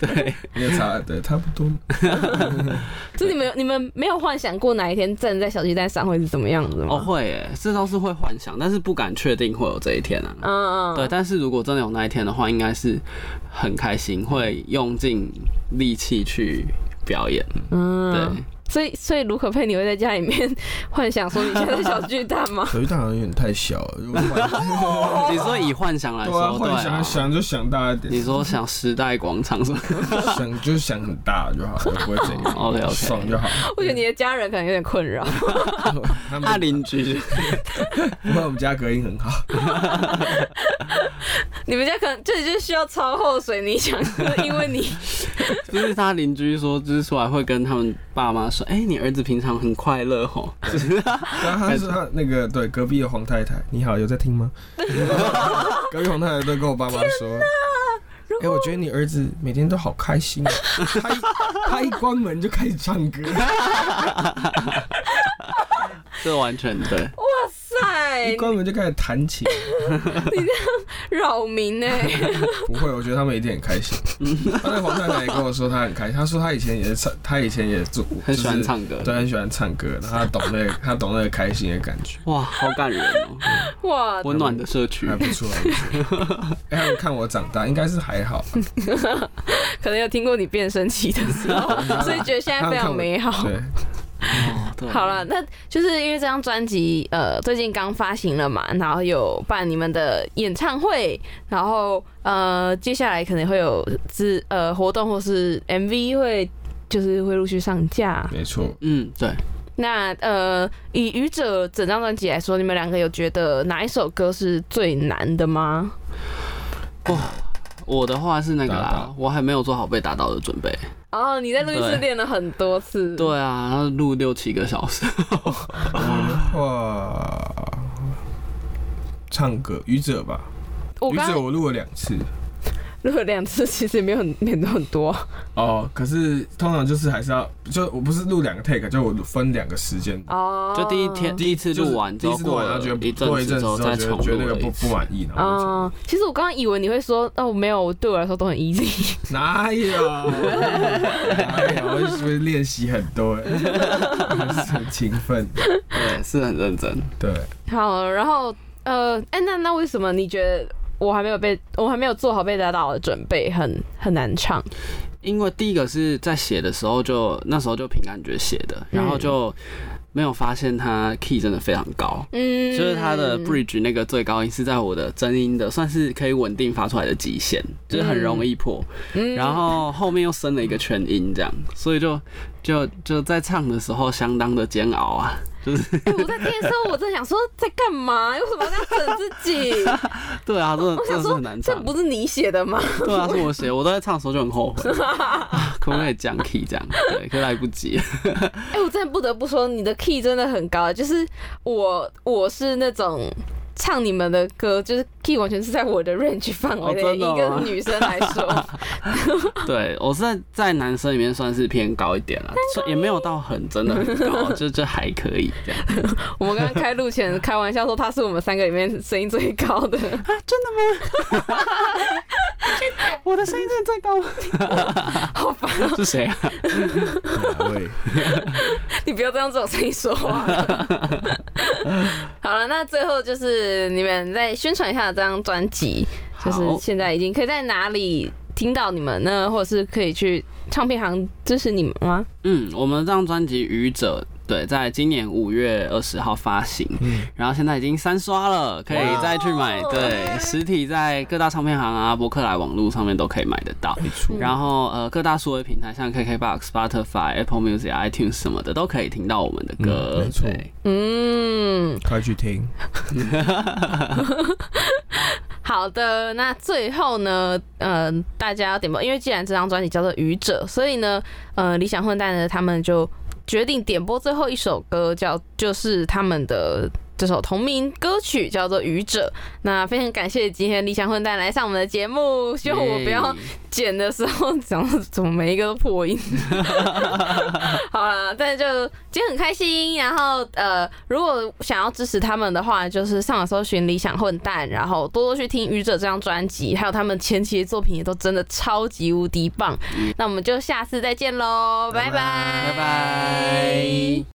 对，没有差，对，差不多。就你们你们没有幻想过哪一天站在小鸡蛋上会是怎么样子哦吗？会诶，这倒是会幻想，但是不敢确定会有这一天啊。嗯嗯，对，，但是如果真的有那一天的话，应该是很开心，会用尽力气去表演。嗯，对，所以所以卢可佩，你会在家里面幻想说你现在是小巨蛋 吗？小鱼蛋好像有点太小了，如果换你说以幻想来对啊，说，对幻想啊，想就想大一你点，说想时代广场什么？想就想很大就 好了，不会怎样 OK，OK 爽就好。我觉得你的家人可能有点困 扰。 他那们邻居不过我们家隔音很好，你们家可能这里就需要超厚水泥墙， 因为你就是他邻居说，就是出来会跟他们爸妈说，哎、你儿子平常很快乐哦吼。然后他是他那个对隔壁的黄太太，你好，有在听 吗？隔壁黄太太都跟我爸妈说。哎、我觉得你儿子每天都好开心、啊，他一他一关门就开始 唱歌， 哎这完全对，哇塞一，关门就开始弹琴。扰民欸呢、 不会，我觉得他们一定很开 心。他那黄太太也跟我说她很开心，她说她以前也是唱，她以前也做，很喜欢就是唱歌。对，很喜欢唱歌，然后她懂 那个，她懂那个开心的感觉，哇，好感人哦、哇，温暖的社区还。不错，还不错。 哎、他们看我长大，应该是还好吧，可能有听过你变声期的时 候，所以觉得现在非常美 好。啊对，哦，对，好，了，那就是因为这张专辑，呃，最近刚发行了嘛，然后有办你们的演唱会，然后呃，接下来可能会有资呃活动或是 MV 会。就是会陆续上架。没错。嗯，对，那呃，以愚者整张专辑来说，你们两个有觉得哪一首歌是最难的吗？我的话是那个打啦倒，我还没有做好被打倒的准备。哦，你在录音室对练了很多次。对啊，然后录六七个小 时。 我的话，唱歌愚者吧，我愚刚者刚我录了两次。录了两次，其实也没有很没有很多。哦，可是通常就是还是要，就我不是录两个 take，就我啊分两个时间哦，就第一天第一次录完之第一后，次录完，然了后觉一得阵过一子阵之子后之再后觉重得觉得那录个了一不次哦不。满意，然后就嗯，其实我刚刚以为你会说，哦，没有，对我来说都很 easy。 哪有？哪有？我是不是练习很多？很勤奋。对，是很认真。对，好，然后呃，哎、那那为什么你觉得我还没有被我还没有做好被打倒的准备，很很难唱？因为第一个是在写的时候就那时候就凭感觉写的，然嗯后就没有发现它 key 真的非常高。嗯，就是它的 bridge 那个最高音是在我的真音的，算是可以稳定发出来的极限，就是很容易破。嗯然后后面又升了一个全音，这样，所以就就就在唱的时候相当的煎熬啊。 哎我在听的时候，我真的想说在干嘛？为什么要这样整自 己？对啊，真的我真想的是说很难这唱。不是你写的吗？ 对啊，是我写，我都在唱的时候就很后悔， 啊可不可以降 key 这样？对，可是来不及。哎、我真的不得不说，你的 key 真的很高，就是我我是那种。唱你们的歌，就是 key 完全是在我的 range 范围哦内，一真的个吗女生来 说，对我是在在男生里面算是偏高一点啦，算也没有到很真的很 高，就就还可以这样。我们刚刚开录前开玩笑说她是我们三个里面声音最高的，我的声音真的最高吗？好烦，是谁啊？哪位？你不要这样这种声音说 话。好了，那最后就是你们再宣传一下这张专辑，就是好现在已经可以在哪里听到你们呢，或者是可以去唱片行支持你们吗？嗯，我们这张专辑《愚者》对，在今年五月二十号发行，嗯然后现在已经三刷了，可以再去买。哇哦对，实体在各大唱片行啊、博客来网络上面都可以买得到。没错。然后呃，各大数位平台像 KKBox、Spotify、Apple Music、iTunes 什么的都可以听到我们的歌。嗯没错对嗯，快去听，好的，那最后呢，呃，大家要点播，因为既然这张专辑叫做《愚者》，所以呢，呃，理想混蛋呢，他们就决定点播最后一首歌叫，就是他们的这首同名歌曲叫做《愚者》。那非常感谢今天理想混蛋来上我们的节目，希望我不要耶剪的时候讲怎么每一个都破音。好啦，但就今天很开心。然后呃，如果想要支持他们的话，就是上网搜寻“理想混蛋”，然后多多去听《愚者》这张专辑，还有他们前期的作品也都真的超级无敌棒。那我们就下次再见喽，拜拜，拜拜。